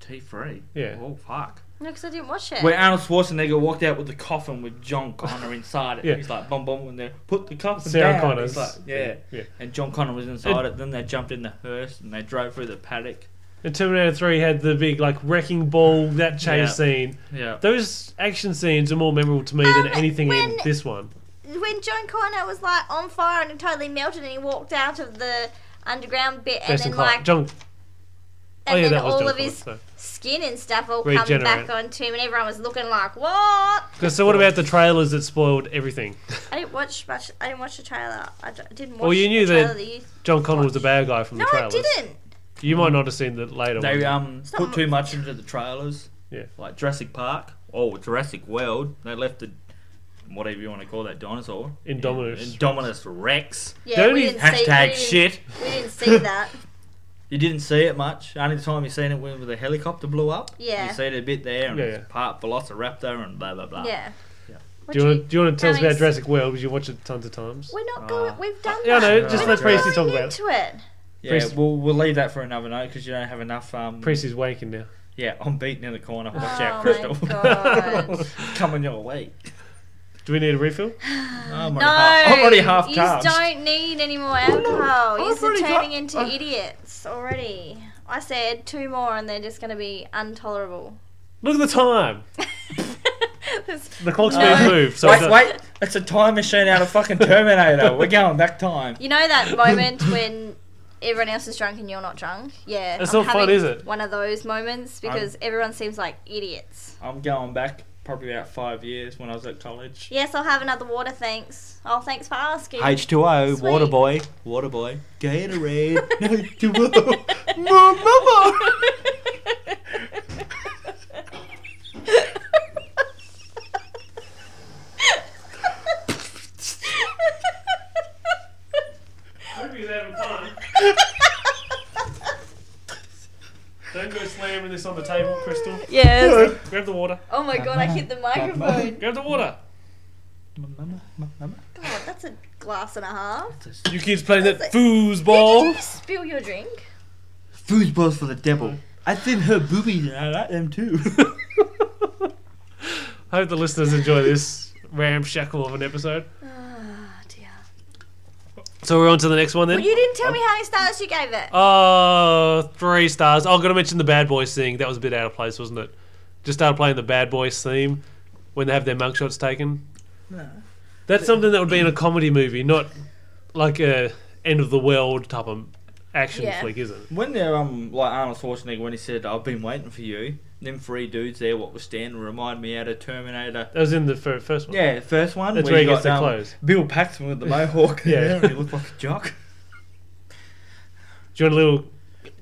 C: T three.
A: Yeah.
C: Oh fuck.
B: No, because I didn't watch it.
C: When Arnold Schwarzenegger walked out with the coffin with John Connor inside it.
A: Yeah.
C: He's like, bum bum, when they put the coffin
A: Sarah
C: down.
A: Connor's.
C: He's like, yeah.
A: Yeah.
C: And John Connor was inside it. Then they jumped in the hearse and they drove through the paddock.
A: And Terminator Three had the big like wrecking ball that chase
C: Yeah.
A: scene.
C: Yeah.
A: Those action scenes are more memorable to me
B: Um,
A: than anything in
B: when-
A: this one.
B: When John Connor was like on fire and it totally melted, and he walked out of the underground bit,
A: Jason
B: and then
A: Clark.
B: like,
A: John. Oh
B: and
A: yeah,
B: then
A: that was
B: all
A: John
B: of his
A: Clark, so.
B: skin and stuff all
A: Regenerate.
B: come back onto him, and everyone was looking like, "What?"
A: 'Cause so what about the trailers that spoiled everything?
B: I didn't watch much. I didn't watch the trailer. I d- didn't watch.
A: Well, you knew
B: the
A: that-
B: trailer that. you-
A: John Connor was the bad guy from
B: No,
A: the
B: I
A: trailers.
B: didn't.
A: You might not have seen the later
C: They
A: one.
C: um
B: Stop.
C: put too much into the trailers.
A: Yeah.
C: Like Jurassic Park. Oh, Jurassic World. They left the whatever you want to call that dinosaur.
A: Indominus.
C: Indominus Rex.
B: Yeah,
A: Don't
B: we
A: even-
B: didn't see. we
C: Hashtag
B: didn't-
C: shit.
B: We didn't see
A: (laughs)
B: that.
C: You didn't see it much. Only the time you seen it when the helicopter blew up.
B: Yeah.
C: You seen it a bit there and
A: Yeah,
C: it's
A: yeah.
C: part Velociraptor and blah blah blah.
B: Yeah.
C: Yeah.
A: Ah. Do you, want
B: What
A: to, do you want to tell us
B: Alice-
A: about Jurassic World? Because you watch it tons of times.
B: We're not
C: Ah.
B: going. We've done
A: Yeah,
B: that.
A: no,
C: just
B: We're
C: let
B: not
A: Precy
B: going
A: talk about
B: into it.
C: Yeah,
A: Precy-
C: we'll we'll leave that for another night because you don't have enough. Um,
A: Precy's waking now.
C: yeah, I'm beaten in the corner. Watch
B: Oh
C: out,
B: my
C: Crystal. (laughs)
B: God.
C: Coming your way.
A: Do we need a refill?
C: I'm
B: No,
C: already half, I'm already half
B: You
C: charged.
B: don't need any more alcohol.
C: I've
B: You're
C: already got-
B: turning into
C: I've-
B: idiots already. I said two more, and they're just going to be intolerable. (laughs)
A: Look at the time. The clock's
B: No.
A: been moved. So
C: Uh, wait, wait! It's a time machine out of fucking Terminator. We're going back time.
B: You know
C: (laughs)
B: that moment when everyone else is drunk and you're not drunk? Yeah.
A: It's
B: I'm
A: not fun,
B: having
A: is it?
B: One of those moments because everyone seems like idiots.
C: I'm going back probably about five years when I was at college.
B: Yes, I'll have another water, thanks. Oh, thanks for asking.
C: H2O,
B: Sweet. water
C: boy, water boy,
B: (laughs)
C: Gatorade, (laughs) H2O, mama.
A: Don't go slamming this on the table, Crystal.
B: (laughs) yes.
A: Grab the water.
B: Oh my god, I hit the microphone.
A: Grab the water.
C: Mama, mama.
B: (laughs) God, that's That's a glass and a half.
A: You kids playing that
B: Did
A: foosball? (laughs)
B: you spill your drink?
C: Foosballs for the devil. I think her boobies and I like them too. (laughs)
A: I hope the listeners enjoy this ramshackle of an episode.
B: Oh, dear.
A: So we're on to the next one then.
B: Well, you didn't tell me how many stars you gave it.
A: Uh, three stars. Oh, i got to mention the Bad Boys thing. That was a bit out of place, wasn't it? Just started playing the Bad Boys theme when they have their mugshots taken.
C: No.
A: That's something that would be in a comedy movie, not like a end of the world type of action
B: Yeah.
A: flick, is it?
C: when they're um like Arnold Schwarzenegger when he said I've been waiting for you, them three dudes there what was standing remind me out of Terminator.
A: That was in the fir- first one.
C: Yeah, first one.
A: That's
C: where
A: where he
C: you
A: gets
C: got,
A: the
C: um,
A: clothes.
C: Bill Paxton
A: (laughs)
C: with the mohawk.
A: Yeah.
C: (laughs) he looked like a jock.
A: Do you want a little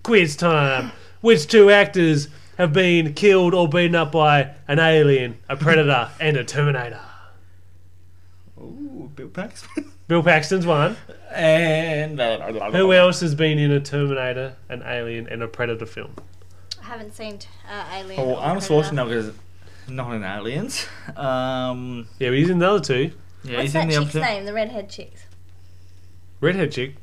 A: quiz time? Which two actors have been killed or beaten up by an alien, a predator, and a terminator?
C: Ooh, Bill Paxton. (laughs)
A: Bill Paxton's one.
C: and
A: Who else has been in a Terminator, an Alien, and a Predator film?
B: I haven't seen uh, Alien.
C: Oh,
B: or
C: Arnold
B: Predator.
C: Schwarzenegger's not in Aliens. Um,
A: Yeah, but he's in the other two.
C: yeah,
B: What's
C: he's
B: that
C: in the
B: chick's
C: opposite.
B: name? The redhead chicks.
A: Redhead chick.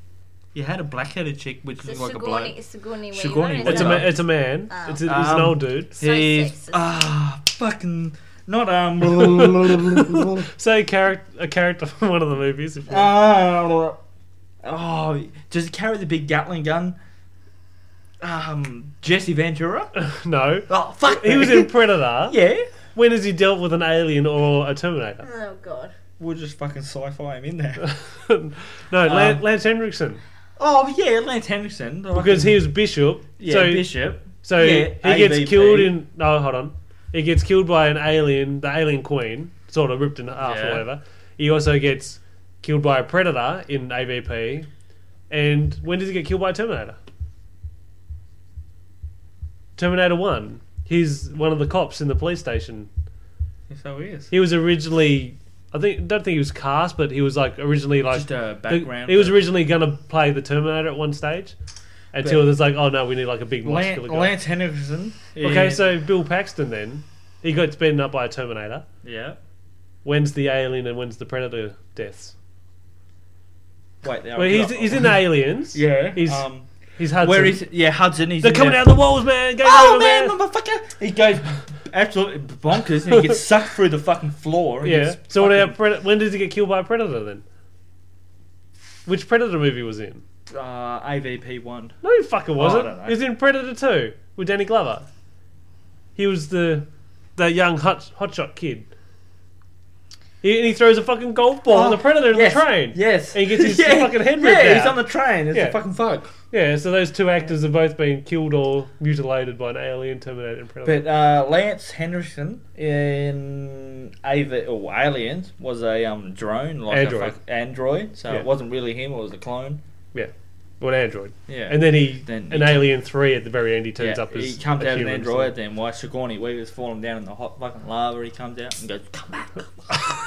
C: You had a black-headed chick which
B: It's
C: looked
B: a
C: like a bloke.
B: Sigourney, Sigourney Weaver. isn't
C: Sigourney
A: It's a
B: it?
A: ma-
C: Weaver.
A: it's a man.
B: Oh.
A: It's, a, it's an
C: Um,
A: old
C: (laughs)
A: dude. (laughs)
B: So
C: He's
B: sexist.
C: ah fucking not um. (laughs)
A: Say a character a character from one of the movies. If you want. (laughs)
C: ah, oh, does he carry the big Gatling gun? Um, Jesse Ventura.
A: no,
C: Oh fuck,
A: he was
C: me.
A: in Predator.
C: (laughs) yeah,
A: When has he dealt with an alien or a Terminator? (laughs)
B: Oh god.
C: we'll just fucking sci-fi him in there.
A: no, Lan
C: Um,
A: Lance Hendrickson
C: oh yeah, Lance Henriksen. the
A: because
C: fucking-
A: he was Bishop.
C: yeah
A: so
C: Bishop.
A: so
C: Yeah,
A: he
C: AVP.
A: gets killed in. No, hold on. He gets killed by an alien, the alien queen, sort of ripped in half
C: Yeah.
A: or whatever. He also gets killed by a predator in AVP. And when does he get killed by a Terminator? Terminator One. He's one of the cops in the police station.
C: So he is.
A: He was originally, I think, don't think he was cast, but he was like originally like
C: Just a
A: the-
C: uh, background.
A: he was
C: but-
A: originally gonna play the Terminator at one stage, until
C: But-
A: there's like, oh no, we need like a big
C: Lan-
A: muscular guy.
C: Lance Henriksen.
A: Okay, so Bill Paxton then he got beaten up by a Terminator.
C: yeah.
A: When's the alien and when's the predator deaths?
C: Wait, there.
A: Well, he's he's in Aliens.
C: Oh, (laughs) Yeah.
A: he's
C: um,
A: he's Hudson.
C: where is yeah Hudson? He's
A: They're
C: in
A: coming
C: there.
A: out of the walls, man. Game
C: Oh
A: over,
C: man,
A: man.
C: motherfucker! He goes absolutely bonkers and he gets sucked through the fucking floor. and
A: Yeah.
C: he's
A: So when, our
C: fucking,
A: pred- when does he get killed by a predator then? Which predator movie was he in?
C: uh, AVP one.
A: No, he fucking wasn't.
C: Oh, I don't know.
A: he was in Predator Two with Danny Glover. He was the the young hot hotshot kid. He, and he throws a fucking golf ball at Oh, the predator in
C: Oh, yes,
A: the train.
C: Yes.
A: And he gets his fucking head
C: (laughs) Yeah,
A: ripped
C: he's
A: out.
C: on the train. It's
A: Yeah.
C: a fucking fuck.
A: Yeah, so those two actors have both been killed or mutilated by an alien, Terminator, and Predator.
C: But uh, Lance Henriksen in AV or Aliens was a um drone like a
A: Android.
C: fuck, android. So
A: Yeah.
C: it wasn't really him. It was a clone.
A: yeah, well, an android.
C: Yeah.
A: And then he,
C: Then
A: an
C: he-
A: alien three at the very end, he turns
C: yeah,
A: up as
C: he comes
A: a
C: out of an
A: human, so-
C: android. Then why Sigourney Weaver's falling down in the hot fucking lava? He comes out and goes, "Come back."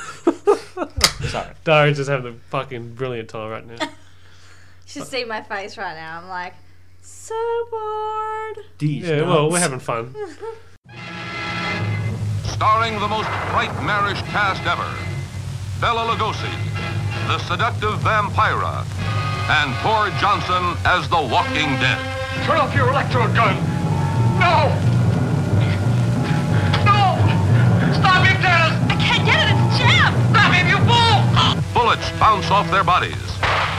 A: (laughs)
C: Sorry.
A: Darren's just having a fucking brilliant time right
C: (laughs)
A: now.
B: You should see my face right now. I'm like, so bored.
C: These
A: yeah, well, we're
C: nuts.
A: having fun.
D: starring the most nightmarish cast ever. Bella Lugosi, the seductive vampira, and Tor Johnson as the Walking Dead. Turn off your electro gun! No! No! Stop it, Dennis! I can't get it, it's jammed! Stop it, you fool! Bullets bounce off their bodies.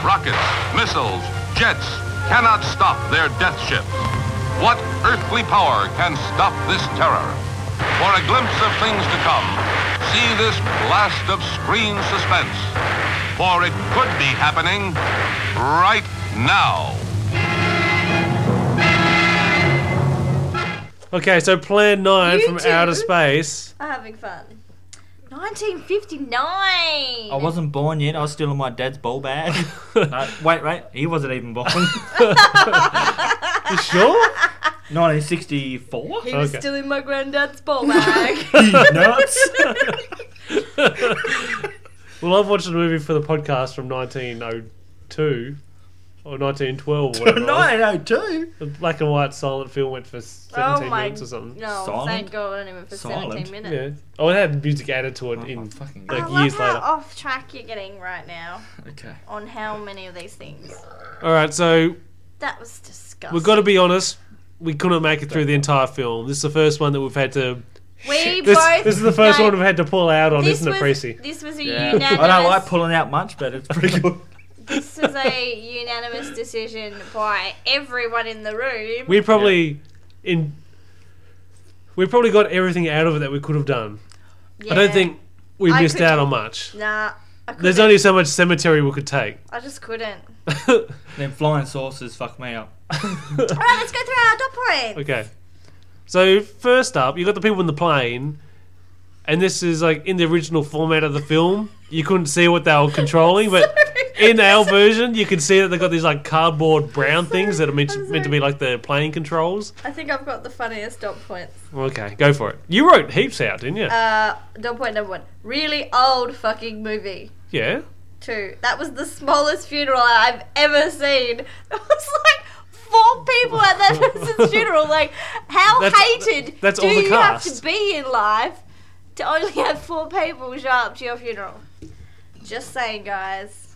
D: Rockets, missiles, jets cannot stop their death ships. What earthly power can stop this terror? For a glimpse of things to come, see this blast of screen suspense. For it could be happening right now.
A: Okay, so Plan Nine
B: You
A: from
B: two.
A: outer space.
B: I'm having fun. 1959. I
C: I wasn't born yet. I was still in my dad's bowl bag.
A: (laughs)
C: no, wait, wait. He wasn't even born.
A: You (laughs) sure?
C: 1964.
B: He was
A: Okay.
B: still in my granddad's ball bag.
A: (laughs)
C: nuts.
A: Well, I've watched a movie for the podcast from 1902, or 1912 or whatever. it was.
C: 902?
A: The black and white silent film went for 17
B: oh my
A: minutes or something.
B: No,
C: Silent?
B: thank God, not even for
C: Silent?
B: 17 minutes.
A: Yeah. Oh, it had music added to it
C: Oh,
A: in
C: fucking
A: like
B: I love
A: years
B: how
A: later.
B: off track you're getting right now
C: Okay.
B: on how many of these things.
A: All right, so
B: That was disgusting.
A: we've got to be honest. We couldn't make it through the entire film. This is the first one that we've had to.
B: We
A: This,
B: both.
A: this is the first
B: no,
A: one we've had to pull out on,
B: This
A: isn't it,
B: was,
A: Precy?
B: this was a
C: Yeah.
B: unanimous.
C: (laughs) I don't like pulling out much, but it's pretty (laughs) good.
B: this was a unanimous decision by everyone in the room.
A: We probably in. We probably got everything out of it that we could have done. I
B: Yeah.
A: don't think we
B: I
A: missed
B: could-
A: out on much.
B: Nah, I couldn't.
A: There's only so much cemetery we could
B: (laughs)
A: take.
B: I just couldn't.
C: Then flying saucers fuck me up.
B: All right, let's go through our dot points.
A: Okay. So first up, you got the people in the plane, and this is like in the original format of the film. You couldn't see what they were controlling,
B: (laughs)
A: but in our version, you can see that they got these like cardboard brown things that are meant,
B: I'm
A: meant to be like the plane controls.
B: I think I've got the funniest dot points.
A: Okay, go for it. You wrote heaps out, didn't you?
B: Uh, dot point number one: really old fucking movie.
A: yeah.
B: Two. That was the smallest funeral I've ever seen. (laughs) It was like four people at that
A: (laughs)
B: person's funeral. Like, how
A: That's-
B: hated
A: that's
B: do
A: all the
B: you have
A: cast.
B: to be in life to only have four people show up to your funeral? Just saying, guys.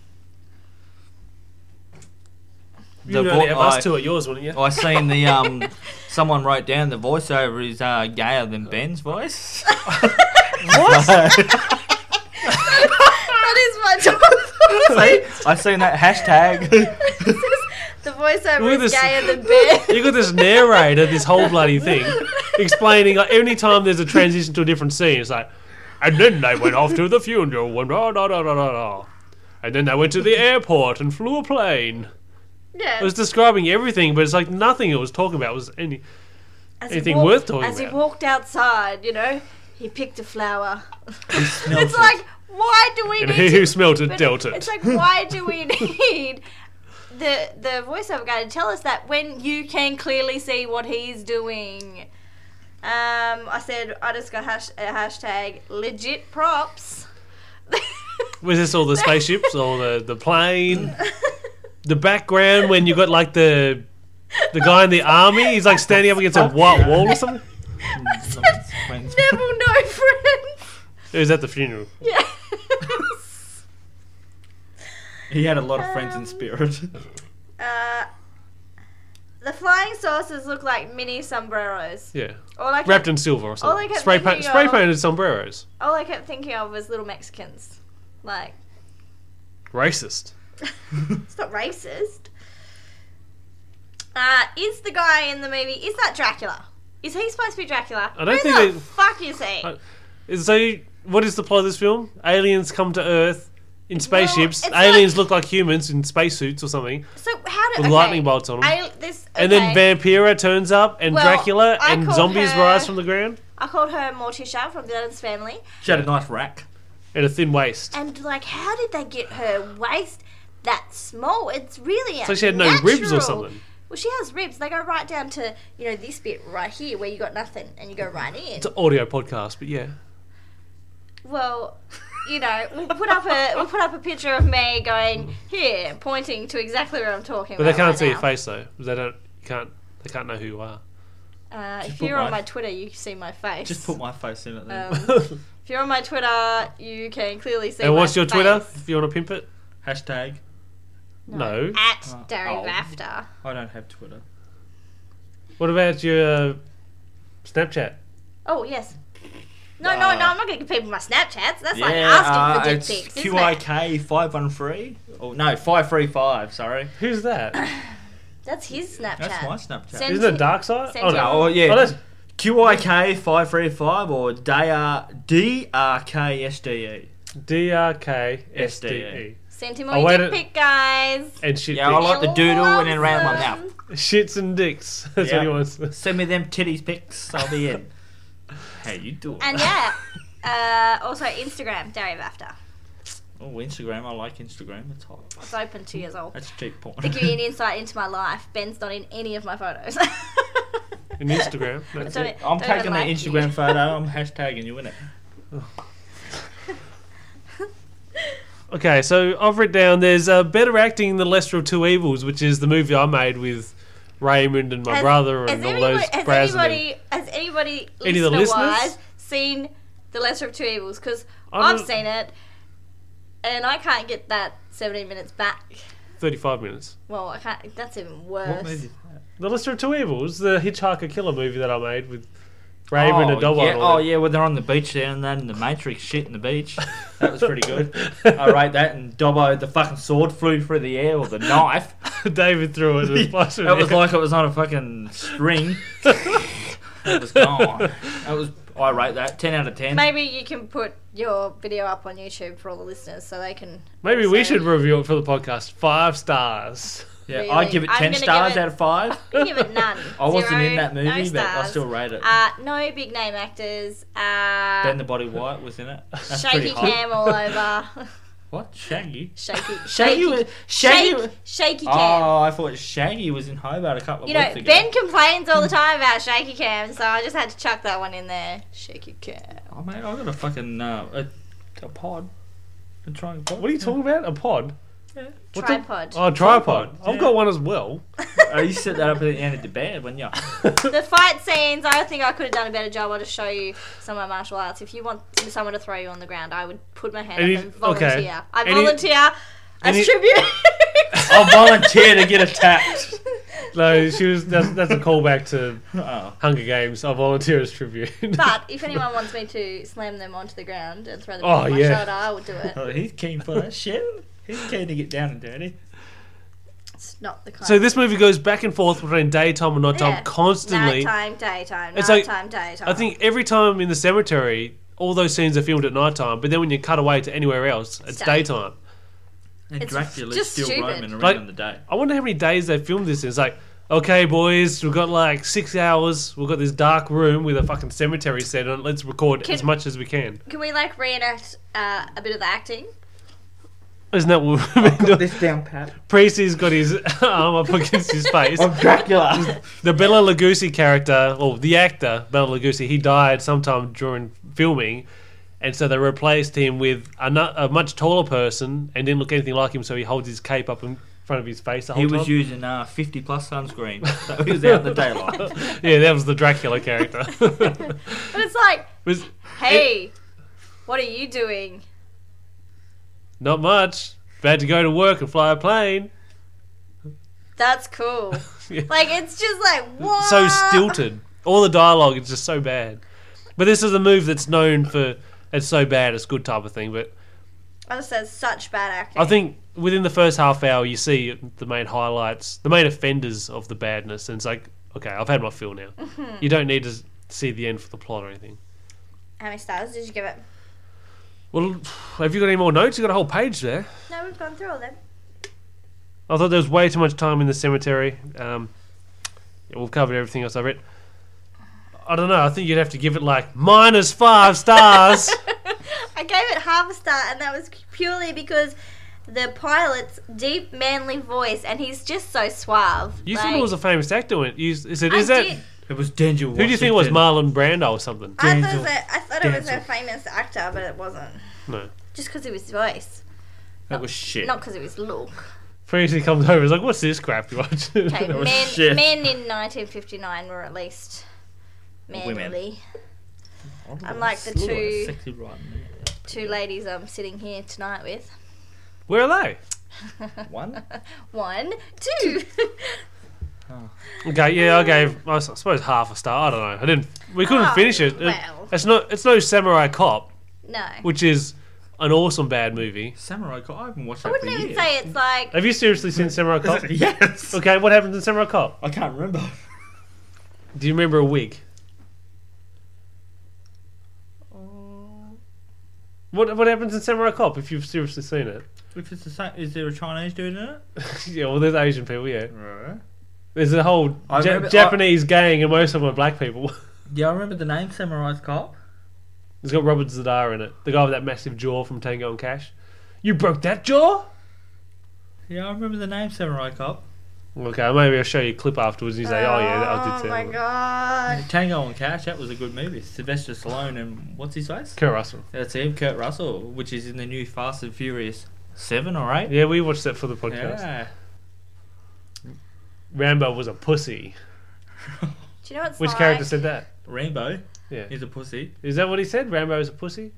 A: You would
C: The
A: only
C: vo-
A: have us
C: I-
A: two at yours, wouldn't you?
C: I seen the um, (laughs) someone wrote down the voiceover is uh, gayer than Ben's voice. (laughs) what?
B: (laughs)
A: (laughs)
B: that is my job.
C: See, I seen that (laughs) hashtag.
B: the voiceover
A: Look at
B: is
A: this. (laughs)
B: gayer than bear.
A: You got this narrator, this whole bloody thing, explaining like any time there's a transition to a different scene, it's like, and then they went off to the funeral and da da da da da da, and then they went to the airport and flew a plane.
B: (laughs) Yeah.
A: It was describing everything, but it's like nothing it was talking about was any.
B: As he
A: anything
B: walked-
A: worth talking
B: As he
A: about.
B: walked outside, you know, he picked a flower. (laughs)
C: smelt
B: it's
C: it.
B: like, why do we
A: And
B: need
A: he
B: to
A: who smelt it
B: But
A: dealt
B: It's
A: it.
B: like, why do we (laughs) need the the voiceover guy to tell us that when you can clearly see what he's doing? Um, I said I just got hash, a hashtag legit props. (laughs)
A: Was this all the spaceships, all the the plane, the background when you got like the the guy in the army? He's like standing
B: (laughs)
A: up against a white wall or something.
B: I said, Neville, no friends. (laughs)
A: It was at the funeral.
B: Yes.
C: He had a lot of friends in spirit.
B: Uh, the flying saucers look like mini sombreros.
A: Yeah.
B: All I kept,
A: Wrapped in silver or something.
B: I kept
A: spray pa-
B: thinking
A: spray
B: of-
A: painted sombreros.
B: all I kept thinking of was little Mexicans. Like,
A: Racist.
B: It's not racist. Uh, is the guy in the movie is that Dracula? Is he supposed to be Dracula?
A: I don't
B: Who
A: think they-
B: the fuck is he?
A: I- Is- So, what is the plot of this film? Aliens come to Earth in spaceships.
B: it's
A: Aliens
B: like-
A: look like humans in spacesuits or something,
B: so how do
A: with
B: okay.
A: lightning bolts on them.
B: I, this,
A: and
B: okay.
A: then Vampira turns up, and
B: Well,
A: Dracula,
B: I
A: and
B: called
A: zombies
B: her-
A: rise from the ground,
B: I called her Morticia from the Adams Family,
C: She had a nice rack.
A: and a thin waist.
B: and like, how did they get her waist that small? It's really
A: So she had no ribs or something.
B: Well, she has ribs. They go right down to you know this bit right here where you got nothing, and you go right in.
A: It's an audio podcast, but yeah.
B: Well, you know, we'll put up a we'll put up a picture of me going here, pointing to exactly where I'm talking.
A: But they
B: about
A: can't
B: right
A: see
B: now.
A: your face though. They don't. Can't. They can't know who you
B: (laughs)
A: are.
B: Uh, if
C: Just put
B: you're on
C: my-
B: my Twitter, you can see my face.
C: Just put my face in
A: (laughs)
C: it then.
B: Um, if you're on my Twitter, you can clearly see.
A: and
B: my
A: what's your
B: face.
A: Twitter? If you want to pimp it.
C: hashtag.
A: No.
B: At Derry
C: Oh.
B: Rafter.
C: I don't have Twitter.
A: What about your uh, Snapchat?
B: Oh yes. No, no, no!
C: Uh,
B: I'm not going to compete with my Snapchats. That's like asking for dick pics, isn't it?
C: QIK five one three. Oh no, five three five. Sorry,
A: Who's that?
B: That's his Snapchat.
C: that's my Snapchat.
B: Send-
A: Isn't it Dark Side?
B: Send
A: Oh
B: it.
A: no.
C: oh yeah,
A: Oh, that's
C: QIK five three five or DR DRKSDE.
A: DRKSDE.
B: Send him
A: Oh,
B: all
A: wait
B: your
A: a-
B: dick pic, guys.
A: E. And shit
C: Yeah, I
A: dicks.
C: like the doodle and then round my
B: Loves
C: mouth.
B: them.
A: Shits and dicks. (laughs) That's
C: Yeah.
A: what he wants.
C: Send me them titties pics. I'll be in. (laughs) How you doing?
B: And yeah, uh, also Instagram, Derry Rafter.
C: (laughs) Oh, Instagram. I like Instagram. It's hot.
B: It's open two years old.
C: That's cheap porn.
B: To give
C: (laughs)
B: you an insight into my life, Ben's not in any of my photos.
A: (laughs) In
B: (laughs)
A: Instagram. That's
B: Don't
A: it.
B: it-
C: I'm
B: don't
C: taking
B: even
C: the
B: like you. (laughs)
C: Instagram photo. I'm hashtagging you in it.
A: (laughs) Okay, so I've written down there's uh, better acting in the lesser of two evils, which is the movie I made with Raymond and my
B: Has-
A: brother
B: has
A: and all
B: anybody-
A: those
B: has
A: Braz and them.
B: anybody has anybody
A: Any of the
B: listener-wise
A: listeners?
B: seen the lesser of two evils because
A: I
B: i've
A: don't-
B: seen it and i can't get that 17 minutes back
A: Thirty-five minutes.
B: well i can't that's even
C: What
B: worse
C: movie?
A: The lesser of two evils, the Hitchhiker killer movie that I made with Raymond and Dobbo.
C: yeah.
A: and all
C: Oh
A: that.
C: yeah, when they're on the beach there and then the Matrix shit in the (laughs) beach. That was pretty good. I rate that and Dobbo the fucking sword flew through the air with a knife.
A: (laughs) David threw it. And (laughs) flashed it
C: That was
A: out.
C: like (laughs) it was on a fucking (laughs) string. it was gone. That was I rate that ten out of ten.
B: maybe you can put your video up on youtube for all the listeners so they can
A: Maybe we should
B: Sorry.
A: review it for the podcast. Five stars.
C: Yeah,
B: Really?
C: I'd give it
B: I'm
C: ten
B: gonna give
C: stars
B: it-
C: out of five.
B: give it none
C: (laughs) I wasn't
B: Zero,
C: in that
B: no
C: movie, but I
B: stars.
C: still rate it.
B: uh, no big name actors. Uh,
C: ben the Body White was in it. (laughs) That's
B: shaky
C: pretty hot.
B: cam all
C: (laughs)
B: over.
C: What Shaggy?
B: shaky,
C: Shaggy
B: shaky,
C: was Shaggy.
B: shaky, shaky cam.
C: Oh, I thought Shaggy was in Hobart a couple of
B: You know,
C: weeks ago.
B: Ben complains all the time about shaky cam, so I just had to chuck that one in there. Shaky cam.
C: Oh mate, I got a fucking uh, a, a pod. A tri- pod.
A: What are you talking about? A pod? What's a-
B: Tripod.
A: Oh, a tripod.
C: Tripod,
A: I've
C: yeah.
A: got one as well.
C: (laughs) Oh, you set that up at the end of the bed, wouldn't you?
B: (laughs) The fight scenes, I think I could have done a better job. I'll just show you some of my martial arts. If you want someone to throw you on the ground, I would put my hand
A: Any-
B: up and volunteer.
A: okay.
B: I
A: Any-
B: volunteer as
A: any-
B: tribute.
C: (laughs)
B: (laughs)
C: I'll (laughs) volunteer to get attacked.
A: No, she was. That's, that's a callback to
C: (laughs) Oh.
A: Hunger Games. I volunteer as (laughs) tribute.
B: But if anyone wants me to slam them onto the ground and throw them
A: Oh,
B: on my
A: yeah.
B: shoulder, I would do it.
A: (laughs)
C: Oh, he's keen for that shit. He's keen to get down and dirty.
B: It's not the kind
A: so this movie goes back and forth between daytime and nighttime
B: Yeah.
A: constantly.
B: Nighttime, daytime,
A: It's like-
B: nighttime, daytime.
A: I think every time in the cemetery, all those scenes are filmed at nighttime. But then when you cut away to anywhere else, it's
B: Day.
A: daytime.
C: And
B: It's
C: Dracula's
B: just
C: still
B: stupid.
C: roaming around
A: Like-
C: in the day.
A: I wonder how many days they filmed this. in. It's like, okay, boys, we've got like six hours. We've got this dark room with a fucking cemetery set on. it. Let's record
B: Can-
A: as much as we can.
B: Can we like reenact uh, a bit of the acting?
A: Isn't that what we've been doing?
C: down, Pat.
A: Precy's got his (laughs) arm up against his face.
C: Dracula.
A: The Bella Lugosi character, or the actor Bella Lugosi, he died sometime during filming, and so they replaced him with a, nu- a much taller person and didn't look anything like him. So he holds his cape up in front of his face the whole
C: he
A: time.
C: was using uh, 50 plus sunscreen. So he was out in the
A: (laughs)
C: daylight.
A: yeah, that was the Dracula character. (laughs)
B: But it's like,
A: was
B: hey, what are you doing?
A: not much. About to go to work and fly a plane.
B: That's cool.
A: (laughs) Yeah.
B: Like it's just like what?
A: so stilted. All the dialogue is just so bad. But this is a move that's known for it's so bad, it's good type of thing. But
B: I just said such bad acting.
A: I think within the first half hour, you see the main highlights, the main offenders of the badness, and it's like, okay, I've had my fill now.
B: Mm-hmm.
A: You don't need to s- see the end for the plot or anything.
B: How many stars did you give it?
A: Well, have you got any more notes? You got a whole page there.
B: No, we've gone through all them.
A: I thought there was way too much time in the cemetery. Um, yeah, we've covered everything else I read. I don't know. I think you'd have to give it like minus five
B: (laughs)
A: stars.
B: I gave it half a star, and that was purely because the pilot's deep, manly voice, and he's just so suave.
A: you
B: like,
A: thought it was a famous actor. When you s- you said,
B: I
A: "Is that
B: did-
C: It was Denzel
A: who do you think it was Marlon Brando or something?"
B: I thought, it was
C: Denzel.
B: a, I thought it was a
C: Denzel.
B: famous actor, but it wasn't.
A: No.
B: Just because of his voice,
C: That was shit.
B: not because of
A: (laughs)
B: his look.
A: Previously comes over. He's like, "What's this crap you watch?"
B: Okay,
C: That was
B: men,
C: shit.
B: men in 1959 were at least
C: Women.
B: manly.
C: I wonder what
B: unlike the
C: I saw,
B: two-
C: Sexy right in
B: Two ladies I'm sitting here tonight with.
A: (laughs) Where are they?
C: there. One?
B: One, two.
A: Okay, yeah, I gave I s- I suppose half a star. I don't know. I didn't. We couldn't
B: Oh,
A: finish it. It-
B: well.
A: It's not. It's no Samurai Cop,
B: (laughs) no.
A: which is an awesome bad movie.
C: Samurai Cop. I haven't watched
B: I
C: that for
B: wouldn't even
C: years.
B: say it's like
A: Have you seriously seen Samurai Cop?
C: (laughs) yes.
A: Okay, what happens in Samurai Cop?
C: I can't remember.
A: Do you remember a wig?
B: Oh.
A: What What happens in Samurai Cop if you've seriously seen it? (laughs)
C: If it's the same, is there a Chinese dude in it?
A: yeah, well, there's Asian people. Yeah,
C: Right.
A: there's a whole
C: I
A: Ja-
C: remember- I-
A: Japanese gang, and most of them are black people. (laughs)
C: Yeah, I remember the name Samurai Cop.
A: It's got Robert Zadar in it, the guy with that massive jaw from Tango and Cash. You broke that jaw?
C: Yeah, I remember the name Samurai Cop.
A: Okay, uh, maybe I'll show you a clip afterwards and you say, oh, yeah, I did say
B: Oh my
A: that.
B: god.
C: Tango and Cash, that was a good movie. Sylvester Stallone and what's his face?
A: Kurt Russell.
C: That's him, Kurt Russell, which is in the new Fast and Furious. seven or eight.
A: Yeah, we watched that for the podcast.
C: Yeah.
A: Rambo was a pussy.
B: Do you know what's
A: Which
B: like?
A: character said that?
C: Rainbow
A: Yeah.
C: is a pussy.
A: Is that what he said? Rambo is a pussy?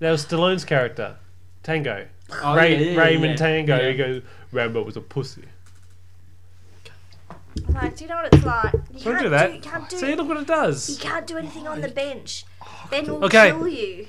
A: That was Stallone's character, Tango.
C: Oh,
A: Ray, Raymond
C: yeah.
A: Tango.
C: Yeah.
A: He goes, Rambo was a pussy.
B: It's Like, do you know what it's like? You
A: Don't
B: can't
A: do that.
B: you can't do.
A: See, look what it
B: you
A: does.
B: can't do anything on the bench. Ben will
A: Okay.
B: kill you.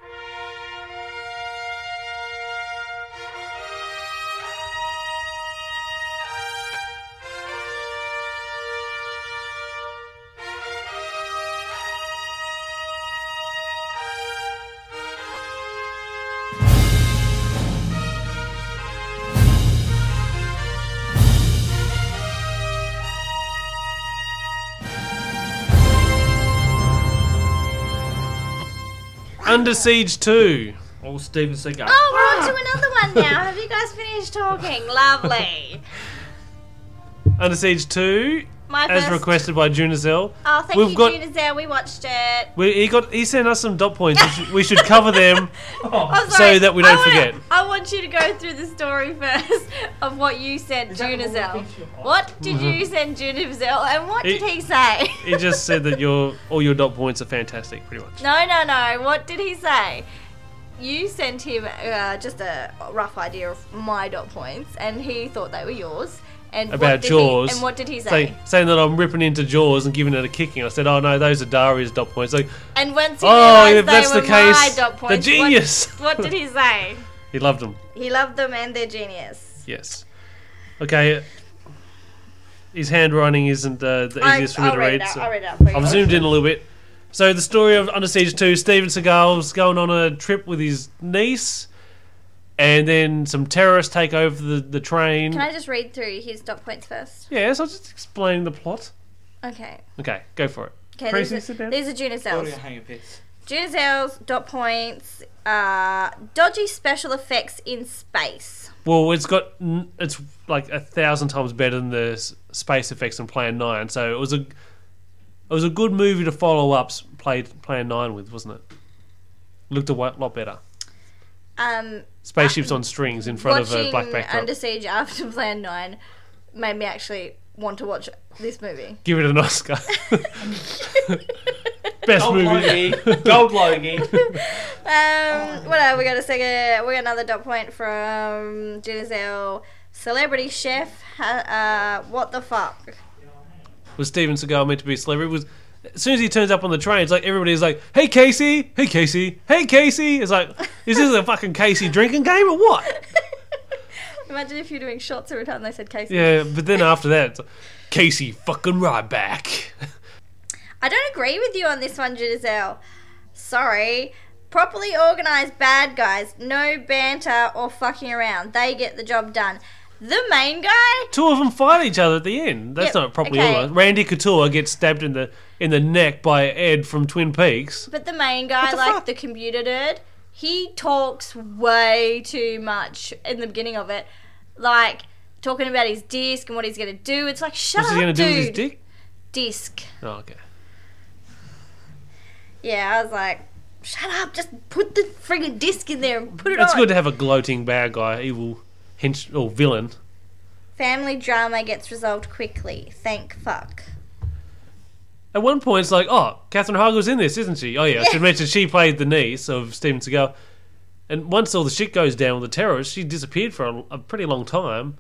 A: Under Siege 2.
C: All Steven Seagal.
B: Oh, we're on to another one now. Have you guys finished talking? Lovely.
A: Under Siege 2,
B: My
A: as
B: first.
A: requested by Junizel.
B: Oh, thank
A: We've
B: you,
A: got-
B: June Azar. We watched it.
A: We, he got he sent us some dot points. We should, we should cover
B: (laughs)
A: them. So
B: I'm Oh, sorry.
A: that we don't
B: I wanna-
A: forget.
B: I want you to go through the story (laughs) first of what you sent Junizel. What
A: (laughs)
B: did you send Junizel, and what did
A: It-
B: he say?
A: He just
B: (laughs)
A: said that your all your dot points are fantastic, pretty much.
B: No, no, no. What did he say? You sent him uh, just a rough idea of my dot points, and he thought they were yours. And
A: About
B: what did
A: Jaws.
B: He, and what did he say?
A: Say, saying that I'm ripping into Jaws and giving it a kicking. I said, oh no, those are Daria's dot points. Like,
B: and once he
A: oh,
B: realised
A: if that's
B: they
A: the
B: were my
A: case,
B: dot
A: the
B: points, what-
A: genius.
B: What, did he say?
A: He loved them.
B: (laughs) He loved them and their genius.
A: Yes. Okay. His handwriting isn't uh, the
B: I,
A: easiest for me
B: I'll
A: to
B: read
A: read.
B: it out.
A: so-
B: I'll read it out for you.
A: I've zoomed in a little bit. So the story of Under Siege 2, Steven Seagal's going on a trip with his niece, and then some terrorists take over the, the train.
B: Can I just read through his dot points first?
A: Yes, I'll just explain the plot.
B: Okay.
A: Okay, go for it.
B: Okay,
A: Tracy,
B: these
A: sit
B: are,
A: down. Oh,
B: these are Junicel's.
C: Oh, hang a piss.
B: Junicel's dot points are dodgy special effects in space.
A: Well, it's got n- it's like a thousand times better than the s- space effects in Plan Nine. So it was a it was a good movie to follow up s- play, Plan Nine with, wasn't it? Looked a wa- lot better.
B: um,
A: Spaceships on strings in front of
B: watching
A: a black backdrop.
B: Under Siege after (laughs) Plan 9 made me actually want to watch this movie.
A: Give it an Oscar. Best
C: Gold
A: movie.
C: Logie.
A: (laughs)
C: Gold Logie.
B: Um, what have we got a second? We got another dot point from Ginazelle. Celebrity chef, ha- uh, what the fuck?
A: Was Steven Seagal meant to be a celebrity? Was as soon as he turns up on the train, it's like everybody's like, "Hey Casey, hey Casey, hey Casey." It's like, is this a fucking Casey drinking game or what?
B: Imagine if you're doing shots every time they said Casey.
A: Yeah, but then after that, it's like, Casey fucking Ryback.
B: I don't agree with you on this one, Ginazelle. Sorry. Properly organized bad guys, no banter or fucking around. They get the job done. The main guy
A: Two of them fight each other at the end. That's
B: Yep,
A: not properly
B: okay.
A: organized. Randy Couture gets stabbed in the in the neck by Ed from Twin Peaks.
B: But the main guy,
A: the
B: like
A: fuck?
B: the computer nerd, he talks way too much in the beginning of it. Like talking about his disc and what he's gonna do. It's like shut
A: What's
B: up,
A: he gonna
B: dude.
A: do with his dick?
B: Disc.
A: Oh, okay.
B: Yeah, I was like, shut up. Just put the friggin' disc in there and put it
A: It's
B: on.
A: good to have a gloating bad guy, evil hench or villain.
B: Family drama gets resolved quickly. Thank fuck.
A: At one point, it's like, oh, Catherine Heigl's in this, isn't she? Oh, yeah, I should mention she played the niece of Steven Seagal. And once all the shit goes down with the terrorists, she disappeared for a, a pretty long time.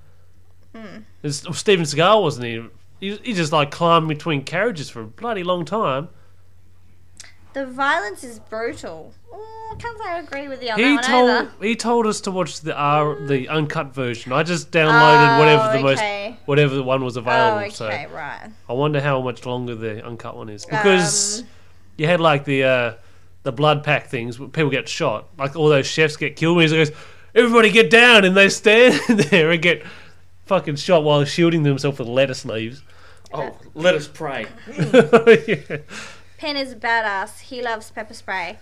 B: Hmm.
A: And S- Steven Seagal wasn't even. He, he just like climbed between carriages for a bloody long time.
B: The violence is brutal. Oh, can't say I agree with you on that
A: He
B: one
A: told
B: either. Hmm.
A: he told us to watch the R, the uncut version. I just downloaded whatever the
B: Oh, okay.
A: most whatever the one was
B: Oh,
A: available.
B: okay,
A: So
B: right.
A: I wonder how much longer the uncut one is because you had like the uh, the blood pack things where people get shot, like all those chefs get killed. And he goes, "Everybody get down!" and they stand (laughs) there and get fucking shot while shielding themselves with lettuce leaves. (laughs)
C: Oh, let us pray.
A: Yeah.
B: Pen is a badass. He loves pepper spray.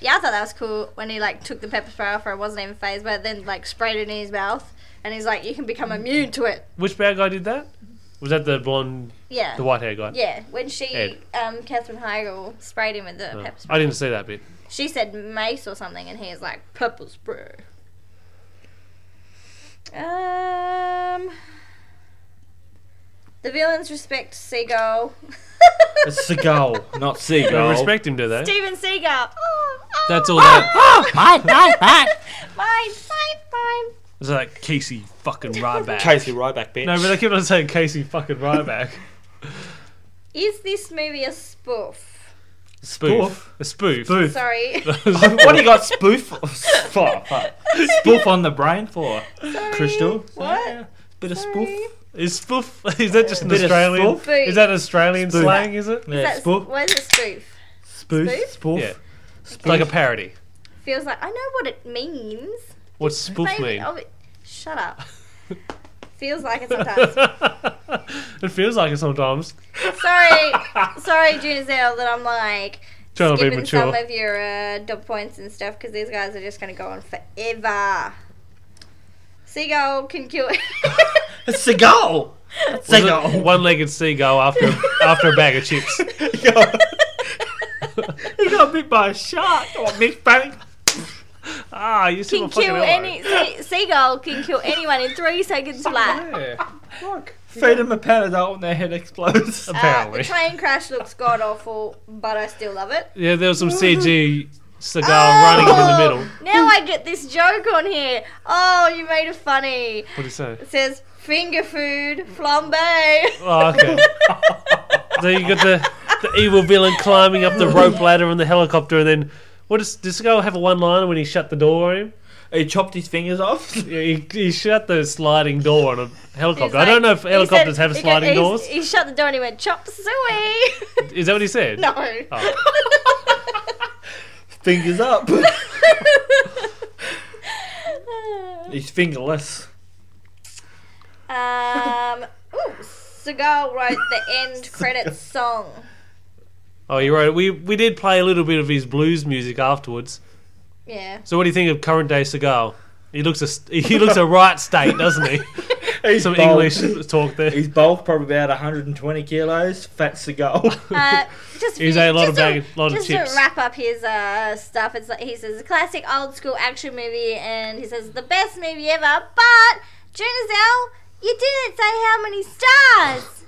B: Yeah, I thought that was cool when he like took the pepper spray off her. It wasn't even phased, but then like sprayed it in his mouth, and he's like, "You can become immune to it."
A: Which bad guy did that? Was that the blonde,
B: Yeah.
A: the white hair guy?
B: Yeah, when she,
A: Ed.
B: um, Catherine Heigl sprayed him with the
A: Oh,
B: pepper spray.
A: I didn't see that bit.
B: She said mace or something, and he was like, pepper spray. Um, the villains respect Seagull.
C: It's Seagal, not
A: They
C: Seagull.
A: respect him, do they?
B: (laughs) Steven Seagal. Oh, oh,
A: That's all that. (gasps) Ah!
E: Mine, mine, mine.
B: (laughs) Fine, fine, fine.
A: It's like Casey fucking Ryback.
C: Casey Ryback, bitch.
A: No, but they keep on saying Casey fucking Ryback.
B: Is this movie a spoof?
A: Spoof. A spoof. (laughs) Spoof.
B: Sorry. (laughs)
C: (laughs) what do you got spoof for? Fuck, (laughs) fuck. Spoof on the brain for? Crystal?
B: What?
C: Yeah. Bit of spoof?
A: Is spoof? (laughs) Is that just an
C: Bit of
A: Australian?
C: spoof.
A: Is that an Australian slang? Is it?
C: Yeah,
B: That's,
C: spoof.
B: Where's the spoof?
C: Spoof?
B: spoof?
C: Spoof?
A: Yeah. Like a parody.
B: Feels like I know what it means.
A: What's spoof
B: Maybe-
A: mean? (laughs)
B: oh, it- shut
C: (laughs)
B: up. Feels like it sometimes.
A: it feels like it sometimes.
B: sorry, sorry, Junizel, that I'm like
A: Trying to be
B: giving some
A: mature.
B: of your uh, dub points and stuff because these guys are just gonna go on forever. Seagull can kill.
C: (laughs)
B: (laughs)
C: It's Seagal!
A: Was it (laughs)
C: Seagal.
A: One-legged seagull after after a bag of (laughs) chips.
B: (laughs)
C: He got- he got (laughs) bit by a shark. Oh, Mick Bang.
A: Ah, you see
B: can
A: my fucking
B: kill
A: elbow.
B: any se- seagull can kill anyone in three seconds flat.
A: Yeah. Look.
C: Feed him a panadol Oh, and their head explodes.
B: Uh,
A: Apparently.
B: the train crash looks god awful, but I still love it.
A: Yeah, there was some CG cigar
B: Oh!
A: running into the middle.
B: Now I get this joke on here. Oh, you made it funny.
A: What do you
B: (laughs)
A: say?
B: It says finger food
A: (laughs)
B: flambe.
A: Oh, okay. so you got the, the evil villain climbing up the rope ladder on the helicopter, and then what does does this guy have a one liner when he shut the door on him?
C: He chopped his fingers (laughs) off.
A: Yeah, he, he shut the sliding door on a helicopter. I
B: He's
A: don't know
B: like-
A: if
B: he
A: helicopters
B: said-
A: have
B: he go-
A: sliding
B: he's-
A: doors.
B: He shut the door and he went
A: (laughs)
B: chop suey. (laughs)
A: Is that what he said?
B: no.
A: Oh.
B: (laughs)
A: (laughs)
C: Fingers up. He's fingerless.
B: um. Ooh, Seagal wrote the
A: (laughs)
B: end credits song.
A: Oh, you're right. We we did play a little bit of his blues music afterwards. (laughs)
B: Yeah.
A: So what do you think of current day Seagal? He looks a (laughs) he looks a right state, doesn't
B: (laughs)
A: he?
C: He's
A: Some
C: bulk.
A: English talk there.
C: He's bulk, probably about 120 kilos. Fat Seagal.
B: Uh, just
A: He's
B: finish-
A: ate a lot of
B: just to-
A: bag- lot of
B: just
A: chips.
B: to wrap up his uh, stuff. It's like, he says a classic old school action movie, and he says the best movie ever. But Junazel, you didn't say how many stars.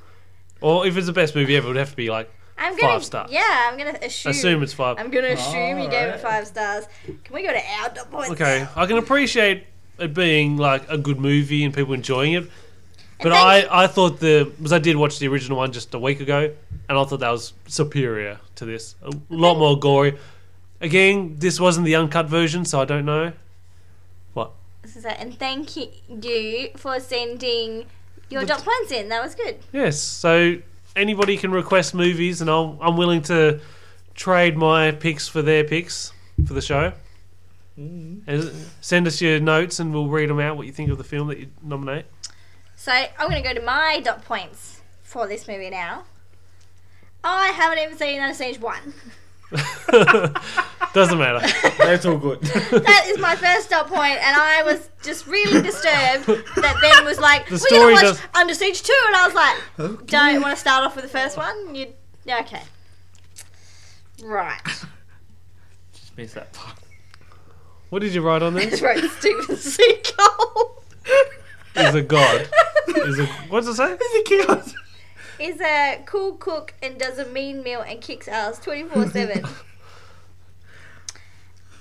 A: Or if it's the best movie ever, it would have to be like
B: I'm gonna
A: Five stars.
B: Yeah, I'm gonna assume.
A: assume it's five.
B: I'm gonna assume you gave it
C: Alright.
B: five stars. Can we go to our dot points?
A: Okay, I can appreciate it being like a good movie and people enjoying it, but
B: thank
A: I,
B: you-
A: I thought the because I did watch the original one just a week ago, and I thought that was superior to this. A lot more gory. Again, this wasn't the uncut version, so I don't know. What?
B: This is it. And thank you- you for sending your dot points in. That was good.
A: Yes. So anybody can request movies, and I'll, I'm willing to trade my picks for their picks for the show. And Send us your notes, and we'll read them out. What you think of the film that you nominate?
B: So I'm gonna go to my dot points for this movie now. I haven't even seen
A: (laughs)
B: Unsaged one.
A: Doesn't matter.
C: (laughs) That's
A: (laughs)
C: all good.
B: That is my first dot point, and I was just really disturbed that
A: (laughs)
B: Ben was like,
A: The
B: "We're
A: story
B: gonna watch
A: does-
B: Under Siege 2 and I was like, "Don't want to start off with the first one." You yeah, okay?
A: (laughs)
B: Right.
C: Miss that part.
A: What did you write on there?
B: It's right, Steven Seagal
A: Is a god. Is a what's it say?
C: He's a kid.
B: is a cool cook and does a mean meal and kicks ass twenty
A: (laughs)
B: four seven.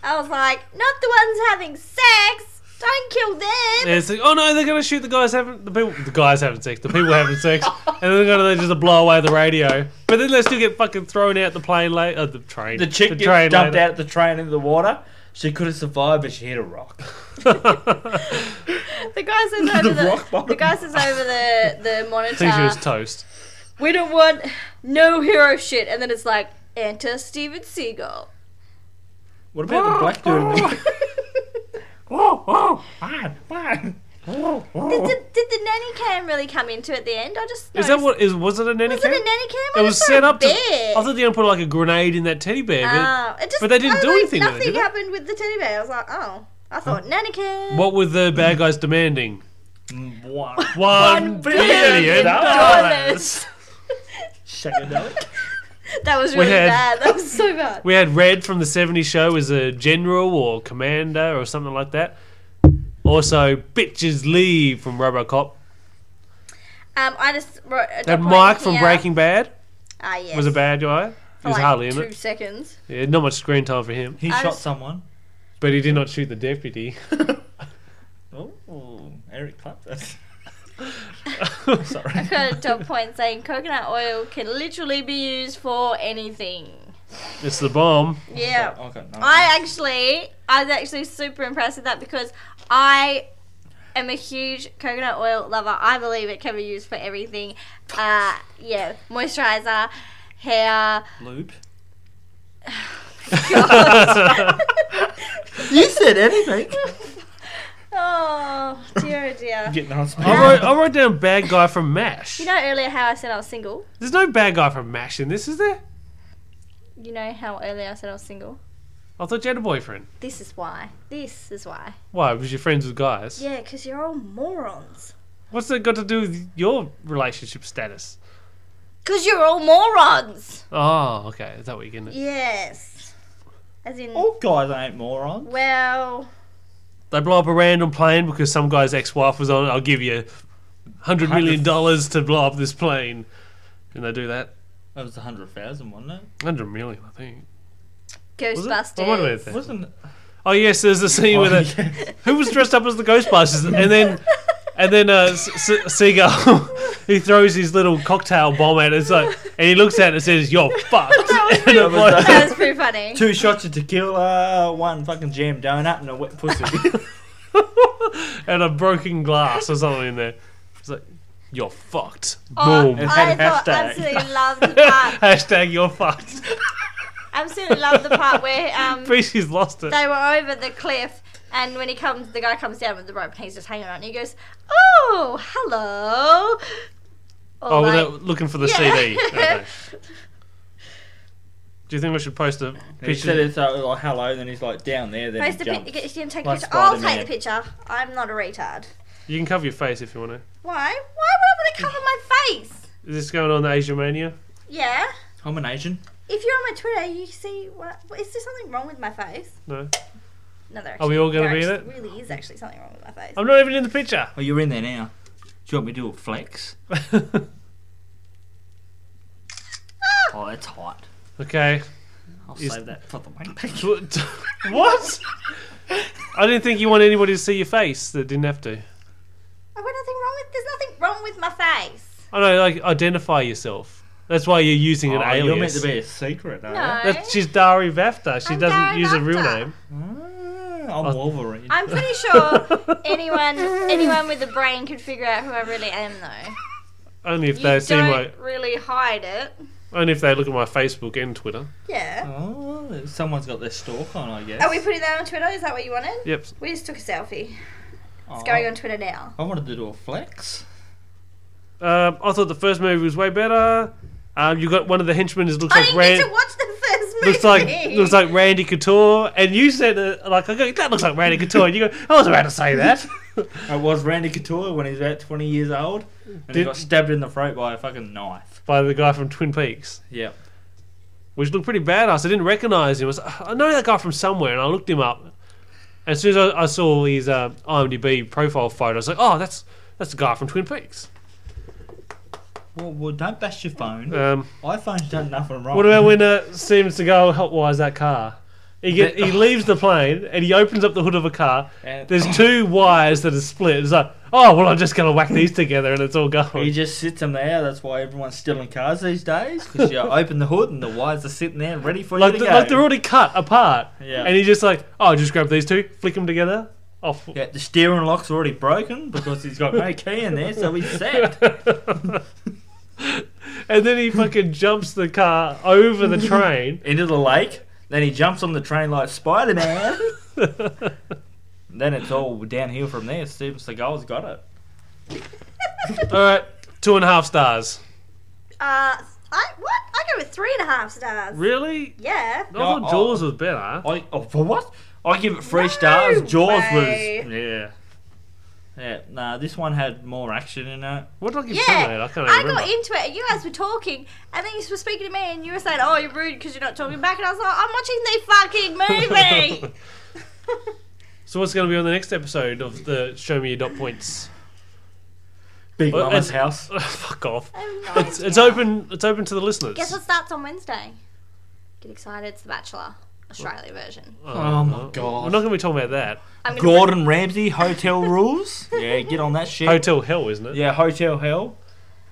B: I was like, "Not the ones having sex. Don't kill them."
A: And it's like, oh no, they're gonna shoot the guys having the people. The guys having sex. The people having sex, and they're gonna just blow away the radio. But then they still get fucking thrown out the plane late. Uh, the train.
C: The chick gets
A: train
C: dumped
A: later.
C: out the train into the water. She could have survived, but she hit a rock.
A: (laughs)
B: The guy says over the,
C: rock bottom.
B: the guy says over the
A: (laughs)
B: the
A: I think she was
B: monitor.
A: toast.
B: we don't want no hero shit, and then it's like enter Steven
A: (laughs)
B: Seagal.
C: What about the black dude? whoa, whoa, man, man. Whoa, whoa.
B: Did, did the nanny cam really come into at the end? I just
A: Is
B: noticed-
A: that what is? Was it a nanny
B: was it a
A: cam?
B: nanny cam? I
A: It
B: just
A: was
B: saw
A: set
B: a
A: up. To, I
B: bed.
A: thought they were gonna put like a grenade in that teddy bear. but
B: Oh, it just,
A: but they didn't
B: I
A: do
B: was like,
A: anything with it,
B: Nothing
A: did they?
B: happened with the teddy bear. I was like, oh, I thought nanny cam.
A: What were the bad guys demanding?
C: Mwah.
A: One billion
B: billion
A: dollars.
B: dollars.
C: Shagadelic.
B: (laughs) That was really
A: had-
B: bad. That was so
A: (laughs)
B: bad.
A: We had Red from the 70s show as a general or commander or something like that. Also, Bitches Leave from Robocop.
B: Um, I just wrote a
A: That
B: document
A: Mike from
B: here.
A: Breaking Bad
B: ah, yes.
A: was a bad guy. He
B: For
A: was
B: like
A: hardly in
B: two
A: it.
B: seconds.
A: Yeah, not much screen time for him.
C: He
B: I
C: shot
B: just-
C: someone.
A: But he did not shoot the
B: (laughs)
A: deputy.
C: Oh, Eric Clapton. (laughs)
B: I've
C: Sorry.
B: got a top point saying coconut oil can literally be used for anything.
A: it's the bomb.
B: Yeah.
C: Oh, Okay, no.
B: I actually, I was actually super impressed with that because I am a huge coconut oil lover. I believe it can be used for everything. Uh, yeah, moisturizer, hair.
C: Lube.
B: God.
E: (laughs) You said anything.
B: (laughs) oh dear, oh dear.
C: Getting on speed.
A: I wrote, I wrote down bad guy from MASH.
B: You know earlier how I said I was single.
A: There's no bad guy from MASH in this, is there?
B: You know how earlier I said I was single.
A: I thought you had a boyfriend.
B: This is why. This is why.
A: Why? Because you're friends with guys.
B: Yeah, because you're all morons.
A: What's that got to do with your relationship status?
B: Because you're all morons.
A: Oh, okay. Is that what you're getting at?
B: Yes. As in,
C: All guys ain't morons.
B: well,
A: They blow up a random plane because some guy's ex-wife was on it. I'll give you hundred million dollars to blow up this plane, and they do that.
C: That was a hundred thousand, wasn't it?
A: Hundred million, I think. Was it?
B: Ghostbusters.
A: Or might have been a thousand.
C: Wasn't.
A: Oh yes, there's the scene (laughs)
C: Oh,
A: with it. Who was dressed up as the Ghostbusters, and then and then uh, S- S- Seagull (laughs) he throws his little cocktail bomb at it. It's like, and he looks at it and says, "You're fucked." (laughs) And it blows-
B: (laughs) that was pretty funny.
C: Two shots of tequila, one fucking jam donut, and a
A: (laughs)
C: wet pussy.
A: and a broken glass or something in there. It's like, "You're fucked."
B: Oh,
A: (laughs) Boom.
B: I
C: And
B: thought
C: hashtag.
B: absolutely loved the part.
C: (laughs)
A: Hashtag you're fucked. (laughs)
B: absolutely loved the part where
C: (laughs)
B: um,
A: Species lost it.
B: they were over the cliff, and when he comes, the guy comes down with the rope, and he's just hanging on. And he goes, "Oh, hello." Or
A: Oh,
B: like-
A: well, they're looking for the
B: Yeah. (laughs)
A: CD. Okay. Do you think we should post a
C: he said
A: picture?
C: it's uh, like hello, then he's like down there, then
B: Post
C: he
B: the
C: jumps.
B: pic- get him to take a
C: Like
B: picture. I'll take
C: Spider-Man.
B: the picture. I'm not a retard.
A: You can cover your face if you want to.
B: Why? Why would I cover my face?
A: Is this going on the Asia Mania?
B: Yeah.
C: I'm an Asian.
B: If you're on my Twitter, you see what? Is there something wrong with my face?
A: No.
B: No, there.
A: Are we all gonna
B: there
A: be in
B: actually Really is actually something wrong with my face.
A: I'm not even in the picture. (laughs)
C: Oh, you're in there now. Do you want me to do a flex? Oh, that's hot.
A: okay.
C: I'll
A: Is-
C: save that for the one
A: (laughs)
C: picture.
A: What? what? I didn't think you wanted anybody to see your face that didn't have to.
B: I've got nothing wrong with. There's nothing wrong with my face.
A: I know, like, identify yourself. That's why you're using an
C: Oh,
A: alias.
C: you're meant to be a secret, aren't
B: No.
A: That's, she's Dari Vafta. She
B: I'm
A: doesn't
B: Dari
A: use a real
B: Vafta.
A: name.
C: you? Ah, I'm Wolverine.
B: I'm
A: (laughs)
B: pretty sure anyone anyone with a brain could figure out who I really am, though.
A: Only if
B: You
A: they
B: don't
A: see my,
B: really hide it.
A: only if they look at my Facebook and Twitter.
B: Yeah.
C: Oh, someone's got their stalk on, I guess.
B: Are Oh, we putting that on Twitter? Is that what you wanted?
A: Yep.
B: We just took a selfie.
C: Oh,
B: It's going on Twitter now.
C: I wanted to do a flex.
A: Um, I thought the first movie was way better. Um, you got one of the henchmen who looks
B: I
A: like
B: didn't
A: Ran-
B: get to watch the first
A: (laughs)
B: movie.
A: looks like looks like Randy Couture, and you said uh, like I go, that looks like Randy Couture, and you go, I was about to say that. (laughs)
C: It was Randy Couture when he was about 20 years old, and he
A: Did-
C: got stabbed in the throat by a fucking knife.
A: By the guy from Twin Peaks,
C: Yeah.
A: which looked pretty badass. I didn't recognize him. I, was, I know that guy from somewhere, and I looked him up. As soon as I, I saw his uh, IMDb profile photo, I was like, oh, that's that's the guy from Twin Peaks.
C: Well, well, don't bash your phone.
A: Um,
C: iPhone's done nothing wrong.
A: What about when uh, Steven Seagal hotwires that car? He get, he leaves the plane and he opens up the hood of a car.
C: And-
A: There's two wires that are split. It's like, oh well, I'm just gonna whack these together and it's all
C: He
A: going.
C: just sits them there. That's why everyone's stealing cars these days. Because you (laughs) open the hood and the wires are sitting there ready for
A: Like,
C: you
A: the,
C: to
A: like
C: go.
A: they're already cut apart.
C: Yeah.
A: And he just like, oh, I'll just grab these two, flick them together. Off.
C: yeah, the steering lock's already broken because he's
A: (laughs)
C: got no key in there, so he's set.
A: And then he
C: (laughs)
A: fucking jumps the car over the train.
C: Into the lake. Then he jumps on the train like Spider
A: (laughs)
C: Man. then it's all downhill from there. Steven Seagal's got it.
A: all right, two and a half stars.
B: (laughs) Uh, I what? I go with three and a half stars.
A: Really?
B: Yeah.
A: I thought
C: No,
A: Jaws was better.
C: I oh, for what? I give it three
B: No
C: stars. Jaws
B: way.
C: was yeah, yeah. Nah, this one had more action in it.
A: What did I give
B: Yeah,
A: Terminator? I can't even
B: I
A: remember.
B: got into it, and you guys were talking, and then you were speaking to me, and you were saying, "Oh,
A: (laughs)
B: you're (laughs) rude because you're not talking back," and I was like, "I'm watching the fucking movie."
A: So what's going to be on the next episode of the Show Me Your Dot Points? (laughs)
C: Big
A: Well, it's-
C: Mama's house.
A: Fuck off.
B: I have no
A: It's, it's
B: idea.
A: open. It's open to the listeners.
B: Guess what starts on Wednesday? Get excited! It's The Bachelor, Australia version.
C: Oh my
A: We're
C: god.
A: not going to be talking about that.
B: I'm gonna
C: Gordon Ramsay hotel rules. Yeah, get on that shit.
A: Hotel hell, isn't it?
C: yeah, hotel hell.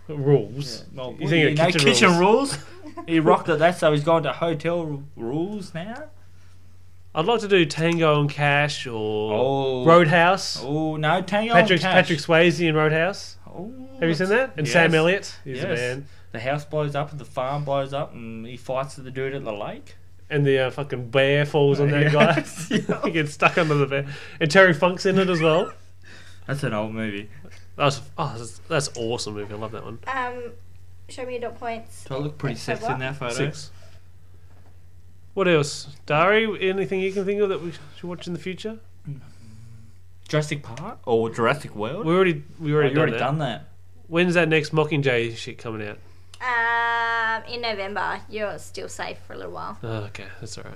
A: Rules.
C: Well,
A: You think
C: you
A: of
C: know,
A: kitchen
C: kitchen rules. he rocked at that, so he's gone to hotel r- rules now.
A: I'd like to do Tango and Cash or
C: Oh.
A: Roadhouse.
C: Oh no, Tango
A: Patrick
C: and Cash.
A: Patrick Swayze in Roadhouse.
C: Oh,
A: Have you seen that? And
C: Yes.
A: Sam Elliott. He's a
C: Yes.
A: man.
C: The house blows up and the farm blows up and he fights the dude at the lake.
A: And the uh, fucking bear falls on that
C: (laughs) Yes.
A: guy. (laughs) he gets stuck under the bear. And Terry Funk's in it as well.
C: That's an old movie.
A: That's oh, that's, that's awesome movie. I love that one.
B: Um, show me your dot points.
C: Do I look pretty
B: Episode
C: sexy
B: what?
C: in that photo?
A: Six. What else, Dari? Anything you can think of that we should watch in the future?
C: Jurassic Park or Oh, Jurassic World?
A: We already we
C: Oh,
A: already,
C: you
A: done,
C: already
A: that.
C: done that.
A: When's that next Mockingjay shit coming out?
B: Um, in November, you're still safe for a little while.
A: Oh, okay, that's all right.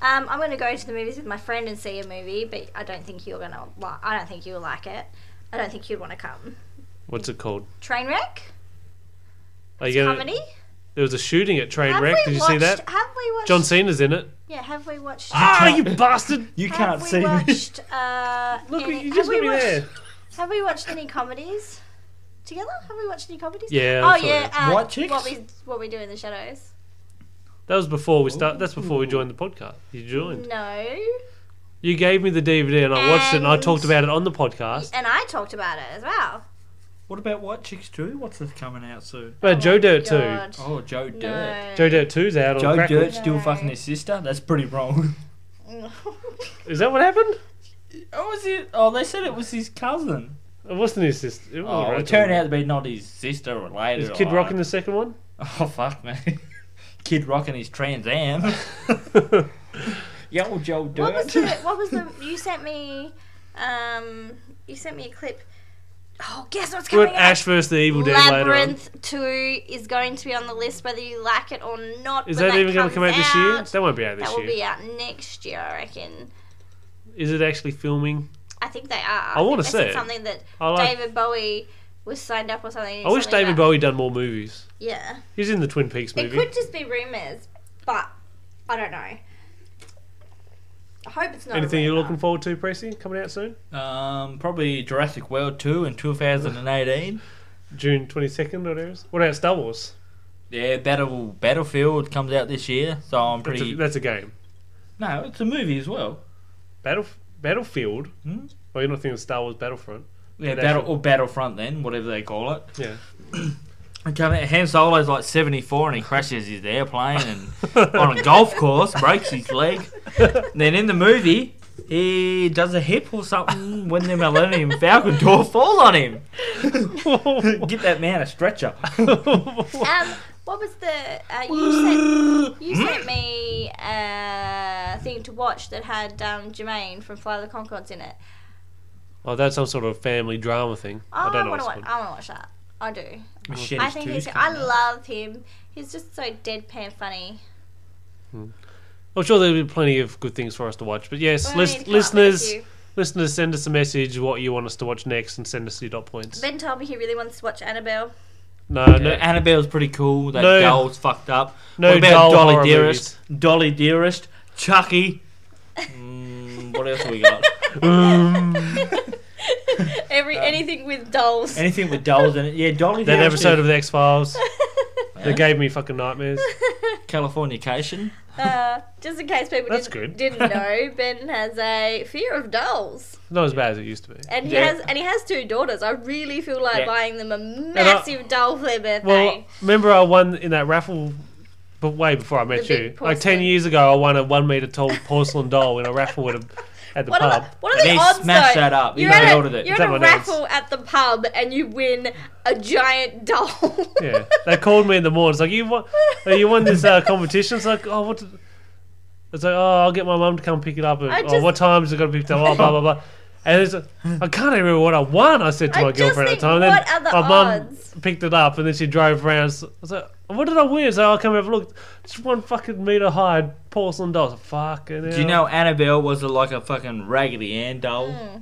B: Um, I'm gonna go to the movies with my friend and see a movie, but I don't think you're gonna. Li- I don't think you'll like it. I don't think you'd want to come.
A: What's it called?
B: Trainwreck
A: Are you gonna-
B: comedy.
A: There was a shooting at
B: Have
A: Trainwreck.
B: we
A: Did you
B: watched,
A: see that?
B: Have we watched?
A: John Cena's in it.
B: yeah, have we watched?
A: Ah, you bastard!
C: You
B: have
C: can't
B: we
C: see me.
B: watched? Uh,
A: (laughs) Look,
B: any,
A: you
B: have
A: just
B: we
A: got me
B: watched-
A: there.
B: Have we watched any comedies together? Have we watched any comedies?
A: Yeah,
B: Oh
A: that's all
B: yeah. Uh,
C: White Chicks?
B: What we what we do in the shadows?
A: That was before we start. That's before we joined the podcast. You joined.
B: No.
A: You gave me the DVD and I watched it and I
B: And-
A: talked about it on the podcast.
B: And I talked about it as well.
C: What about White Chicks 2? What's this coming out soon?
A: About Uh, Joe Dirt too.
B: God.
C: Oh, Joe
B: No. (laughs)
C: Dirt.
A: Joe Dirt 2's out on
C: Joe
A: Crackle.
C: Dirt still
B: No.
C: fucking his sister? That's pretty wrong.
A: Is that what happened?
C: (laughs) oh, was it? Oh, they said it was his cousin.
A: It wasn't his sister. It wasn't
C: Oh,
A: related.
C: it turned out to be not his sister or related.
A: Is
C: or
A: Kid
C: like-
A: Rock in the second
B: (laughs)
A: one?
C: (laughs) Oh fuck, man. (laughs) Kid Rock and his
A: (laughs)
C: Trans Am. Yo, Joe Dirt.
B: What was the? What was the? You sent me. Um, you sent me a clip. Oh, guess what's
A: We're
B: coming
A: at
B: up?
A: Ash vs. the Evil Dead later on.
B: Labyrinth Two is going to be on the list, whether you like it or not.
A: Is
B: when
A: that, even going
B: comes
A: to come out this year?
B: out.
A: That won't be out this
B: That will
A: year.
B: be out next year, I reckon.
A: Is it actually filming?
B: I think they are.
A: I wanna
B: think
A: see
B: they said
A: it.
B: something that
A: I like-
B: David Bowie was signed up or something.
A: I wish
B: something
A: David
B: about-
A: Bowie done more movies.
B: Yeah,
A: He's in the Twin Peaks
B: it
A: movie.
B: could just be rumors, but I don't know. I hope it's not. a
A: Anything you're
B: rumor.
A: looking forward to, Precy? Coming out soon?
C: (laughs) Um, probably Jurassic World 2 in 2018.
A: June 22nd or whatever. it is? What about Star Wars?
C: yeah, Battle Battlefield comes out this year, so I'm
A: That's
C: pretty.
A: a, that's a game.
C: No, it's a movie as well.
A: Battle Battlefield?
C: Hmm?
A: Well, you're not thinking of Star Wars
B: (laughs)
A: Battlefront.
C: Yeah,
A: An
C: Battle
A: actual-
C: or Battlefront then, whatever they call it.
A: Yeah.
C: Okay, man, Han Solo's like 74 and he crashes his airplane
A: (laughs)
C: and on a golf course, breaks his leg. then in the movie, he does a hip or something when the Millennium Falcon door falls on him. Get that man a (laughs) stretcher.
B: Um, what was the? Uh, you
A: (laughs)
B: sent you sent me a thing to watch that had um, Jermaine from Fly the Concords in it.
A: oh, that's some sort of family drama thing.
B: Oh,
A: I
B: I,
A: don't know
B: want
A: what's
B: to
A: called.
B: watch. I want to watch that. I do.
C: Machete
B: I think
C: 2's
B: he's. I
C: coming out.
B: love him. He's just so deadpan funny.
A: I'm sure there'll be plenty of good things for us to watch. But yes,
B: Well, I
A: lis-
B: need to come up with a
A: listeners,
B: few.
A: listeners, send us a message what you want us to watch next, and send us your dot points.
B: Ben told me he really wants to
A: (laughs)
B: watch Annabelle.
A: No,
C: Yeah,
A: no,
C: Annabelle's pretty cool. That
A: No.
C: doll's fucked up.
A: No
C: what about
A: doll horror
C: Dolly Dearest? Dolly Dearest, Chucky. Mm, what else have we got?
B: Every
A: Um,
B: anything with dolls.
C: (laughs) Anything with dolls in it? Yeah, Dolly.
A: that
C: Dearest
A: episode
C: is
A: of the X
C: (laughs)
A: Files
C: Yeah.
A: that gave me fucking nightmares.
C: Californication.
B: (laughs) uh, just in case people
A: That's good.
B: didn't, didn't know, (laughs) Ben has a fear of dolls,
A: Not as bad as it used to be.
B: and he
C: Yeah.
B: has and he has two daughters. I really feel like
C: Yeah.
B: buying them a massive doll for their birthday.
A: Well, remember I won in that raffle, but way before I met
B: The big
A: you, like ten
B: porcelain.
A: years ago, I won a one meter tall porcelain doll in a raffle with a, at the
B: What are
A: pub.
B: the, what are
C: And
B: the
C: he
B: odds
C: smashed
B: though?
C: that up. He
B: You're at
C: nailed
B: a,
C: it.
B: you're
A: It's
B: at a
A: up my nose.
B: raffle at the pub and you win a giant (laughs) doll.
A: Yeah, they called me in the morning. It's like you won, uh, you won this uh, competition. It's like, oh, what? Did... It's like, oh, I'll get my mum to come pick it up. And,
B: I
A: oh,
B: just-
A: what time's it got to be picked up? Oh, blah blah blah. And it's, I can't even remember what I won. I said to
B: I
A: my
B: just
A: girlfriend at
B: think,
A: the time.
B: what are
A: then
B: the
A: my mum
B: odds?
A: picked it up, and then she drove around. So I was like, "What did I win?" So I'll come have a look. Just one fucking meter high porcelain doll. I was like, Fucking.
C: Do you know Annabelle was like a fucking Raggedy Ann doll?
B: Hmm.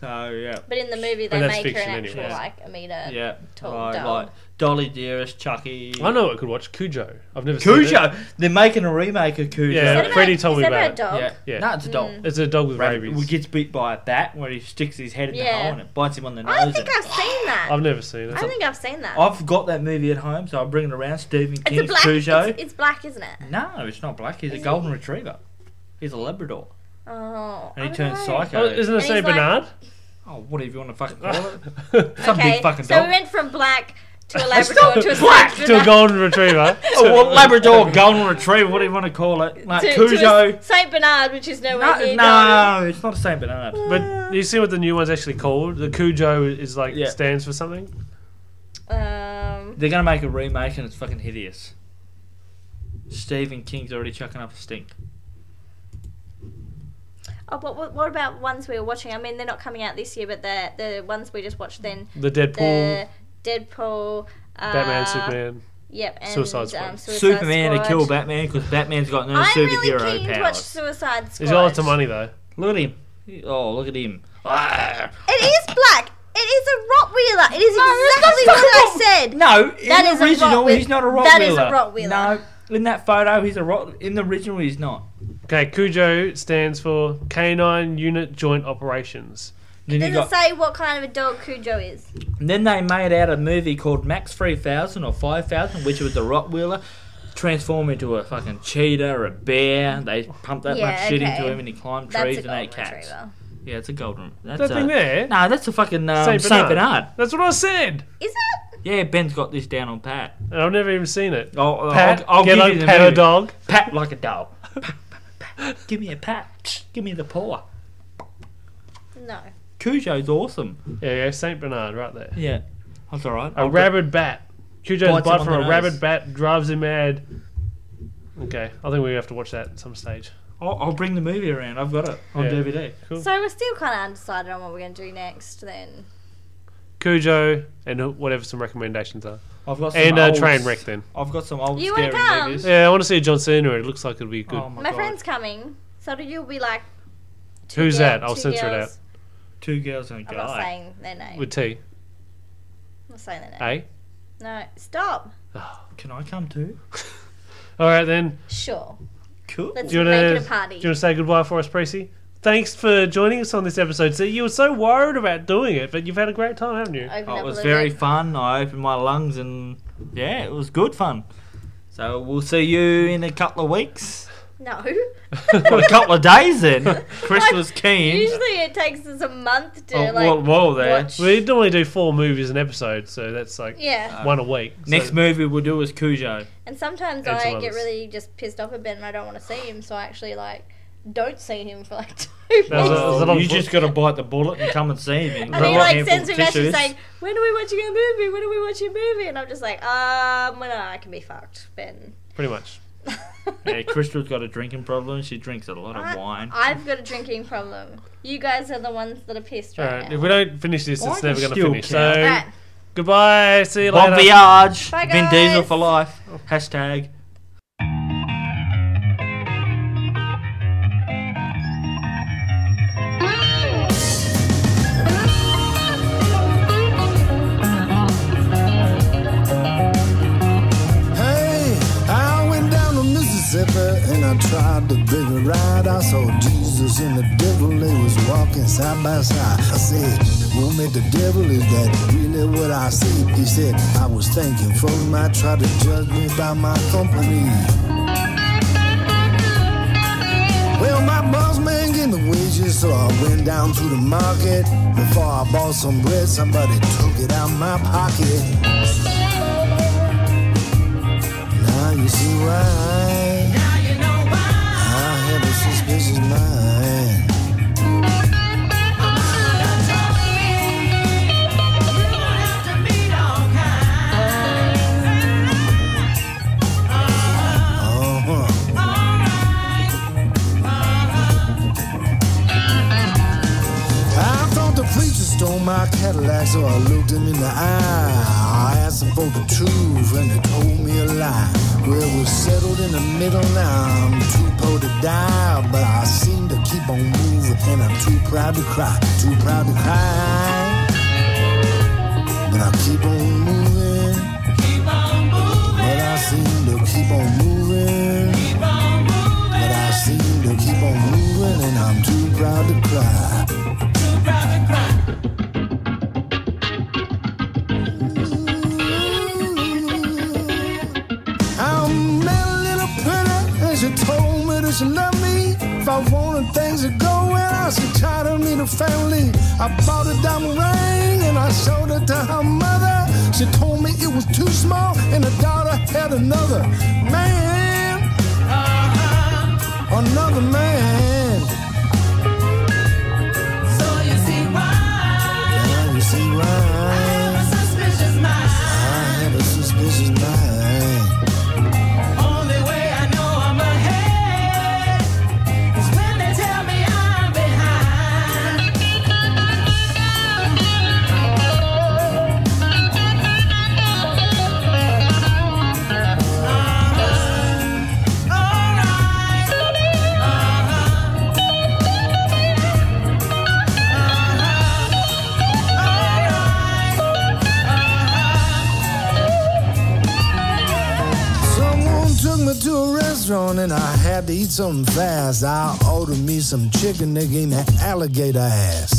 C: So yeah,
B: (laughs) But in the movie,
A: But
B: they
A: that's
B: make her
A: fiction
B: an
A: anyway.
B: actual, like, a meter.
C: yeah.
B: Tall
C: Like-
B: doll.
C: Like Dolly Dearest, Chucky.
A: I know I could watch Cujo. I've never seen it.
C: (laughs) Cujo. They're making a remake of Cujo.
A: Yeah,
B: Is that
A: Freddie
B: about-
A: told
B: is
A: me
B: that
A: about
B: about a dog? Hmm.
C: yeah.
A: Yeah.
C: No, it's a doll.
A: It's a dog with
C: Rabbit
A: rabies.
C: gets beat by a bat where he sticks his head in the
B: Yeah.
C: hole and it bites him on the nose.
B: I don't think
C: and-
B: I've seen that.
A: I've never seen
B: I don't
A: it. Oh,
B: think I've seen that.
C: I've got that movie at home, so I'll bring it around. Stephen
B: it's a
C: King's
B: black.
C: Cujo.
B: It's, it's black, isn't it?
C: No, it's not black. He's a
B: Is it?
C: golden retriever. He's a Labrador,
B: Oh.
C: and he
B: I
C: turns
B: don't know.
C: psycho.
A: Oh, isn't it
B: And
A: Saint
B: he's like-
A: Bernard?
C: oh, whatever you want
A: (laughs)
C: to fucking call it.
B: (laughs)
C: Some
B: Okay,
C: big fucking
B: so
C: dog.
B: we went from black
C: (laughs)
B: to a
C: It's
B: Labrador
C: not
B: to a
C: black,
B: Saint
A: To a
B: Bernard- (laughs)
A: golden retriever.
C: Oh, well, Labrador, golden retriever, what do you want to call it? Like
B: to- to a
C: Cujo.
B: Saint Bernard, which is nowhere
C: No,
B: near.
C: no, it's not the same banana.
A: But you see what the new one's actually called? The Cujo is like
C: Yeah.
A: stands for something.
B: golden. Um,
C: They're gonna make a remake, and it's fucking hideous. Stephen King's already chucking up a stink.
B: oh, but what, what about ones we were watching? I mean, they're not coming out this year, but the the ones we just watched then,
A: The Deadpool,
B: the Deadpool, uh,
A: Batman, Superman.
B: yep, and
A: Suicide Squad.
B: um, Suicide
C: Superman
B: Squad.
C: to kill Batman because Batman's got no
B: I'm
C: superhero
B: really keen to watch
C: powers.
B: Suicide Squad.
A: He's got lots of money though.
C: Look at him. Oh, look at him. Ah.
B: It is black. It is a Rottweiler. It is exactly what I said.
C: No, in
B: That
C: the
B: is a
C: original,
B: Rottwe-
C: he's not a Rottweiler.
B: that is a Rottweiler.
C: No, in that photo, he's a Rott. In the original, he's not.
A: Okay, Cujo stands for Canine Unit Joint Operations.
C: Then you
B: Does
C: got.
B: it say what kind of a dog Cujo is?
C: And then they made out a movie called Max 3000 or 5000, which was the Rottweiler transform into a fucking cheetah or a bear. They pumped that
B: Yeah,
C: much shit into
B: okay.
C: him and he climbed
B: That's
C: trees
B: a
C: and ate
B: golden
C: cats.
B: retriever.
C: Yeah, it's a golden. That's
A: That
C: a,
A: thing there.
C: No, that's a fucking um,
A: Saint Bernard.
C: Saint, Bernard.
A: That's what I said.
B: Is it?
C: Yeah, Ben's got this down on Pat.
A: And I've never even seen it.
C: I'll,
A: Pat,
C: I'll, I'll
A: get
C: give
A: on
C: you the
A: Pat
C: movie.
A: a dog.
C: Pat like a dog. (laughs) Pat, pat, pat. Give me a pat. Give me the paw.
B: No.
C: Cujo's awesome.
A: Yeah, yeah, Saint Bernard right there.
C: Yeah, that's all right.
A: A
C: I'll-
A: rabid bat. Cujo's
C: Bites
A: bite
C: him
A: from
C: on
A: a
C: the
A: rabid
C: nose.
A: bat drives him mad. Okay, I think we have to watch that at some stage.
C: I'll, I'll bring the movie around. I've got it on
A: Yeah.
C: DVD.
B: So we're still kind of undecided on what we're going to do next then.
A: Cujo and whatever some recommendations are.
C: I've got some
A: And uh,
C: old-
A: Trainwreck then.
C: I've got some old
B: You wanna
C: scary
B: come?
C: movies.
A: Yeah, I want to see a John Cena. It looks like it'd be good.
C: Oh my,
B: My
C: God.
B: friend's coming, so do you'll be like. two
A: Who's
B: girl-
A: that? I'll
B: two
A: censor it out.
B: girls-
C: Two girls and a
B: I'm not
C: guy.
B: saying their name.
A: With eh? T.
B: I'm not saying their name.
A: A.
B: No, stop.
C: Can I come too?
A: All right then.
B: Sure.
C: Cool.
B: Let's
A: Do you
B: make
A: want
B: it a
A: to
B: party.
A: do you want to say goodbye for us, Precy? Thanks for joining us on this episode. So you were so worried about doing it, but you've had a great time, haven't you?
B: Open
C: Oh,
B: up
C: it
B: a
C: was
B: little
C: very
B: bit.
C: fun. I opened my lungs and yeah, it was good fun. So we'll see you in a couple of weeks. (laughs)
B: No. (laughs)
C: well, a couple of days then. Chris was keen.
B: Usually it takes us a month to
C: Oh,
B: like.
C: whoa, whoa there.
B: watch-
A: We normally do four movies an episode, so that's like
C: Uh,
B: Yeah,
A: one a week. So-
C: Next movie we'll do is Cujo.
B: and sometimes
A: and some
B: I get
A: others.
B: really just pissed off a bit, and I don't want to see him, so I actually like don't see him for like (laughs) two weeks.
A: There's a- there's a lot
C: you
A: of-
C: just got to bite the bullet and come and see me.
B: And he like sends me messages saying, "When are we watching a movie? When are we watching a movie?" And I'm just like, "Um, when I can be fucked, Ben."
A: pretty much.
B: (laughs)
C: Yeah, Crystal's got a drinking problem. She drinks a lot of wine.
B: I've got a drinking problem. You guys are the ones that are pissed
A: All
B: right,
A: right.
B: now.
A: If we don't finish this,
C: Why
A: it's never
C: does
A: going to
C: steel
A: finish.
C: count?
A: So
B: All right.
A: goodbye. See you
C: Bon
A: later.
C: voyage.
B: Bye,
C: Vin Diesel
B: guys.
C: for life. Hashtag.
F: Hey, I went down to Mississippi and I tried to dig a ride. I saw Jesus and the devil, they was walking side by side. I said, Woman, the devil, is that really what I see? He said, I was thinking for my try to judge me by my company. Well, my boss man getting the wages, so I went down to the market. Before I bought some bread, somebody took it out my pocket. Now you see why. Now you know why. I have a suspicious mind. Uh-huh. I Cadillac, so I looked him in the eye. I asked him for the truth, and he told me a lie. Well, we're settled in the middle now. I'm too poor to die, but I seem to keep on moving, and I'm too proud to cry, too proud to cry. But I keep on moving. Keep on moving. But I seem to keep on moving. Keep on moving. But I seem to keep on moving, and I'm too proud to cry. I met a little pretty and she told me that she loved me. If I wanted things to go well, she tried to meet a family. I bought a diamond ring and I showed it to her mother. She told me it was too small and her daughter had another man. Another man. Now you see why I have a suspicious mind. Someone took me to a restaurant and I had to eat something fast. I ordered me some chicken, they gave me alligator ass. Uh-huh, uh-huh.